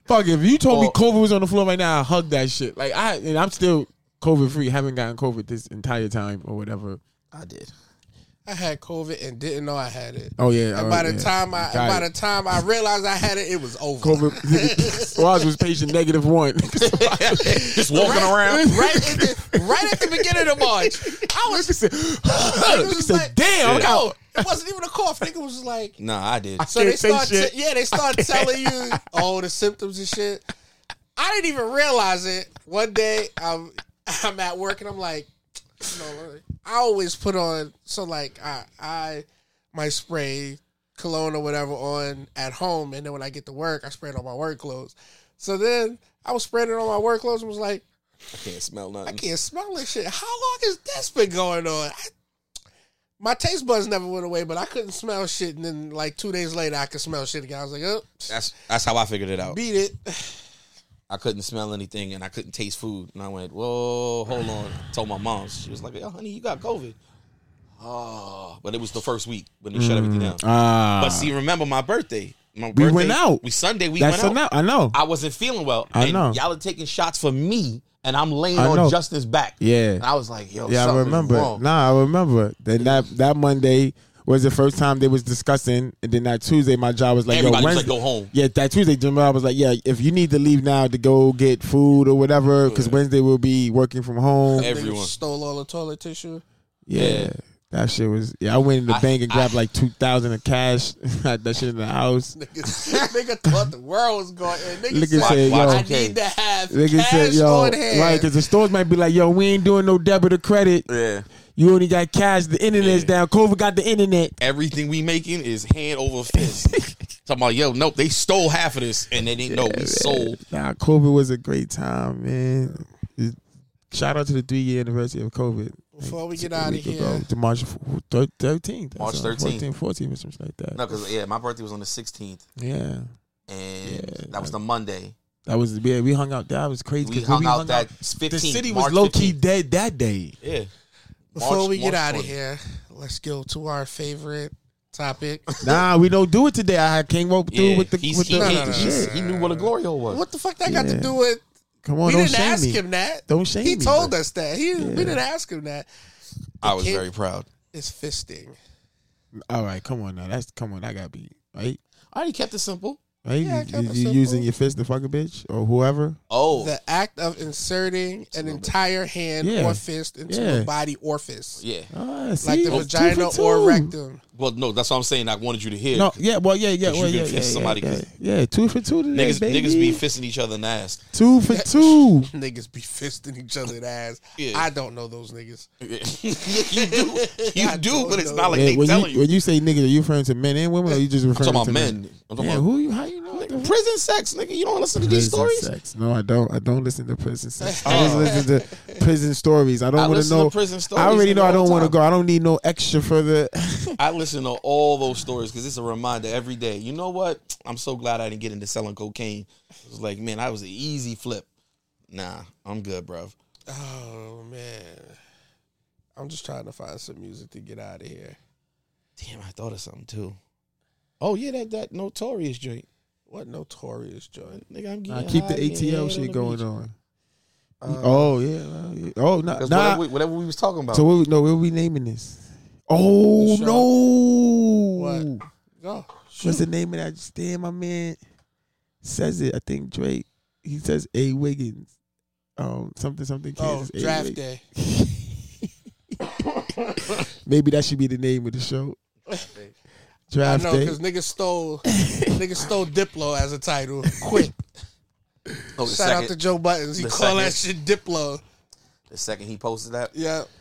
Fuck, if you told me Or- COVID was on the floor right now, I hug that shit. Like I and I'm still COVID free, haven't gotten COVID this entire time or whatever. I did. I had COVID and didn't know I had it. Oh, yeah, And oh, by the yeah. time I Got by it. the time I realized I had it, it was over. COVID. Roz was patient negative one. Just walking around. Right at the right at the beginning of March. I was said, niggas was said, like, "Damn, I yo, it wasn't even a cough. Nigga was just like, Nah, I did. so they can't say start, shit. te- yeah, they start telling you all the symptoms and shit. I didn't even realize it. One day, I'm I'm at work and I'm like, you know, like, I always put on so like I I might spray cologne or whatever on at home, and then when I get to work, I spray it on my work clothes. So then I was spraying it on my work clothes and was like, Can't smell I nothing. can't smell this shit. How long has this been going on? I, my taste buds never went away, but I couldn't smell shit. And then, like two days later, I could smell shit again. I was like, "Oh, That's that's how I figured it out. beat it." I couldn't smell anything and I couldn't taste food. And I went, whoa, hold on. told my mom. She was like, yo, honey, you got COVID. Oh, but it was the first week when they shut everything down. Ah. but see, remember my birthday. My We birthday, went out. We Sunday. We That's went enough. out. I know. I wasn't feeling well. I and know. Y'all are taking shots for me, and I'm laying I on know. Justin's back. Yeah. And I was like, yo, Yeah, I something's remember. Wrong. Nah, I remember. Then that that Monday was the first time they was discussing, and then that Tuesday, my job was like, Everybody "Yo, was Wednesday, like, go home. Yeah, that Tuesday, my job was like, "Yeah, if you need to leave now to go get food or whatever, because Wednesday we'll be working from home." Everyone. stole all the toilet tissue. yeah. That shit was yeah. I went in the I- bank and I- grabbed like two thousand of cash. Had that shit in the house. nigga thought the world was going. And nigga, Nigga said, said, yo, "I okay. need to have Nigga cash said, "Yo, on hand." right?" Because the stores might be like, "Yo, we ain't doing no debit or credit. Yeah. You only got cash. The internet's down. COVID got the internet. Everything we making is hand over fist. Talking about, yo, nope, they stole half of this, and they didn't know we sold. Nah, COVID was a great time, man. It- Shout out to the three year anniversary of COVID. Before we Like, get a outta week here. ago, to March f- thir- 13th. March 13th. 13th, 14th, or something like that. No, because yeah, my birthday was on the 16th, Yeah. and Yeah, that was the Monday. That was, yeah, we hung out. That was crazy. 'cause We when hung out hung that 15th. The city March was low key 15th. dead that day. Yeah. Before March- we get March out of 20th. here, let's go to our favorite topic. Nah, we don't do it today. I came up through Yeah, with the. he's- With the he, No, no, no, he's- no, he knew what a glory hole was. what the fuck that got to Yeah. do with? Come on, we don't didn't shame ask me. him that. Don't shame He me, told bro. us that. He we didn't ask him that. I was Kid- very proud. It's fisting. All right, come on now. That's come on. I gotta be right. I already kept it simple. Right? Yeah, I you kept you- it you simple. using your fist to fuck a bitch or whoever. Oh, The act of inserting an entire hand Yeah. or fist into Yeah. a body or fist, yeah. Ah, like see? the It's two for vagina or two. rectum. Well, no, that's what I'm saying. I wanted you to hear. No, yeah, well, yeah, yeah, 'Cause you well, can yeah, fist yeah, somebody yeah, 'cause- yeah, two for two today, Niggas, baby. niggas be fisting each other in the ass. two for two. Niggas be fisting each other in the ass. Yeah. I don't know those niggas. you do, you do, but it's not like Hey, they when, telling you, you. when you say nigga, are you referring to men and women, or are you just I'm referring talking about to men. I'm talking Yeah, about who you? How you know? what the- prison sex, nigga. You don't listen to these Prison stories. sex. No, I don't. I don't listen to prison sex. I just listen to prison stories. I Oh. I don't want to listen to know. prison stories I already know all I don't the want to time. go. I don't need no extra for the. I listen to all those stories because it's a reminder every day. You know what? I'm so glad I didn't get into selling cocaine. It was like, man, I was an easy flip. Nah, I'm good, bruv. Oh man, I'm just trying to find some music to get out of here. Damn, I thought of something too. Oh yeah, that that notorious joint. What notorious joint? Nigga, I'm I getting Uh, keep the high, getting ATL head on shit the going beach. on. Uh, oh yeah. well, yeah. Oh no. That's Nah. whatever, we, whatever we was talking about. So what, we- no, what are we naming this? Oh show. no! What? Go. Shoot. What's the name of that? Just Damn, my man says it. I think Drake. He says A Wiggins. Um, something something. Oh, Kansas, A. draft Wig- day. Maybe that should be the name of the show. I Draft know day. because niggas stole niggas stole Diplo as a title. Quick. Oh, the, Shout second, out to Joe Buttons. He the call that shit Diplo. the second he posted that, Yeah.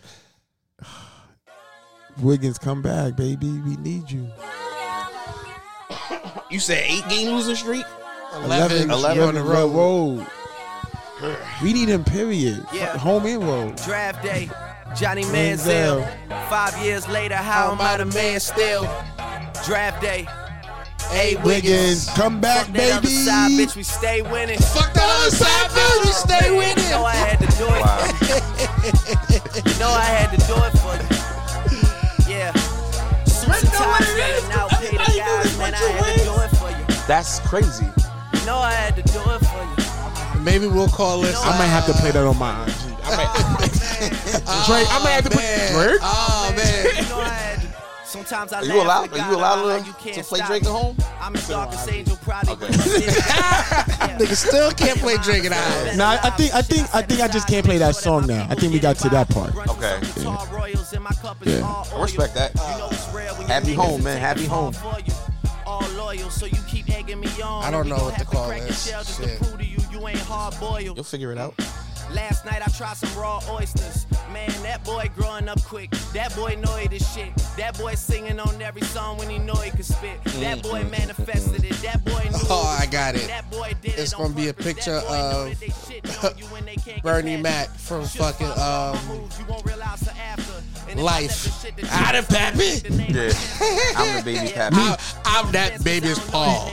Wiggins, come back, baby. We need you. you said eight game losing streak. 11, 11 on the road. road. We need him. Period. Yeah. Home and road. Draft day, Johnny Manziel. Five years later, How am I the man still? Draft day, Hey, Wiggins, come back, baby. we stay winning. Fuck the other side, man. We stay with You know I it. had to do it. you know I had to do it for you. Yeah. Suits and ties, man, now pay the guys, man. I had to do it for you. That's crazy. You know I had to do it for you. Maybe we'll call this. I might have to play that on my IG. I mean, Drake, I might have to put Oh, man. Drake. Oh, man. You know I had to. Sometimes I Are you laugh allowed- at are you God allowed about to- how you can't to play stop Drake at me. home? I'm as dark as angel, probably. Okay. Nigga still can't play Drake at home. Nah, I I think I think I think I just can't play that song now. I think we got to that part. Okay. Yeah. I respect that. Happy home, man. Happy home. All loyal, so you keep egging me on. I don't We know gon' what have to call crack your this. shell just to Shit. prove to you you ain't hard boiled. You'll figure it out. Last night I tried some raw oysters. Man, that boy growing up quick. That boy annoyed as shit. That boy singing on every song when he know he could spit. That boy manifested it. That boy knew. Mm-hmm. Oh, I got it. That boy did it It's on gonna be a purpose. That picture boy know of that they shit know you when they can't get Bernie past Mac you. from Should fucking follow my um moves, you won't realize till after. And if I Life. let the shit that you Out of Pappy. Yeah. I'm the baby pappy. I'm, I'm that baby's Paul.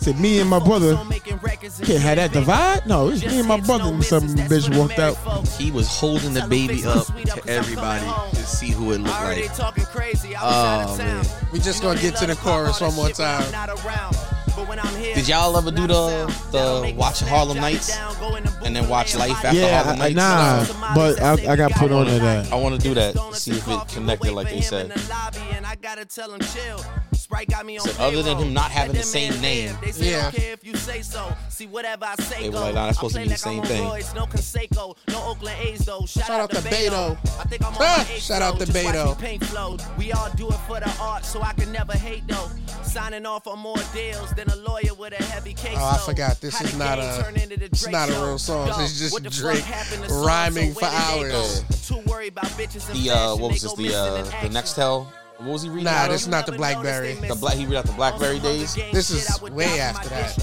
Said me and my brother can't have that divide. No, it's Just me and my hits, brother no and some misses, that's bitch for the walked out. married folks. He was holding the baby up to everybody to see who it looked I heard they like. talking crazy. I Oh, was out of town. man. We just You know gonna they get to love the chorus all that one more shit when I'm time. not around. But when I'm here, Did y'all ever it's do not the- a sound. the That'll make me watch snap, jot Harlem it Nights down, go in the booth and then lay watch a Life body After down? Harlem Yeah, I- I- Nights? nah, Somebody but said I, they I got got put it. onto that. I want to do that. Stone at See the if it coffee, we connected wait like for they him said. in the lobby, and I gotta tell him chill. Sprite got me on So other than payroll. him not having Let the that same man name. live. They say, Yeah. "Okay, if you say so." See, whatever I say They were go. like, nah, that's supposed I to be play the like I'm same on thing. Royce, no Conseco, no Oakland A's, though. Shout, Shout out to to Beto. Beto. I think I'm on Ah, my eighth, shout out though. to Just watch Beto. me Pink flow. We all do it for the art, so I can never hate though. Signing off on more deals than a lawyer with a heavy case. Oh, I though. forgot. This How is the not game a- turned into the it's Drake not a show. real song. Dog, It's just what the fuck Drake happened to songs rhyming so when for did they go? hours. Too worried about bitches and The uh, fashion, what they was this? go The missing uh, in the action. Nextel. What was he reading? Nah, out Ah, this of? not the Never Blackberry. noticed they the black. He read out the BlackBerry days. This is way after that.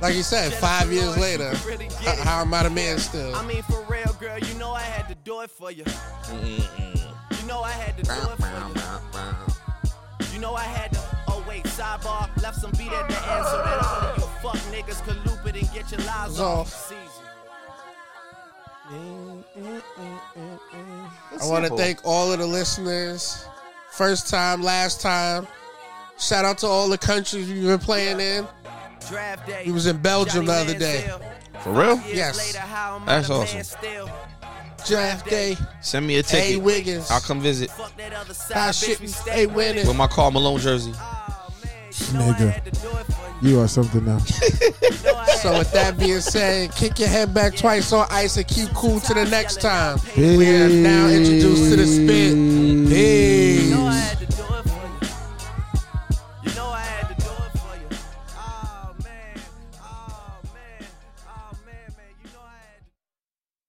Like you said, five years later, h- how am I the man still? I mean, for real, girl, you know I had to do it for you. You know I had to do it for you. You know I had to. Oh wait, sidebar, left some beat at the end so that all of you fuck niggas could loop it and get your lives Off. off. Season. I want to thank all of the listeners. First time, last time. Shout out to all the countries you've been playing in. Draft day. He was in Belgium the other day. For real? Yes. That's awesome. Draft day. Send me a Hey ticket. Wiggins. I'll come visit Fuck that other side, How bitch, shit we we stay stay winning. with my Carl Malone jersey. Oh, man, you know I Nigga. had to do it for you. You are something now. You know I had So with that being said, kick your head back twice on ice and keep cool to the next time. We We are now introduced to the spit. Oh,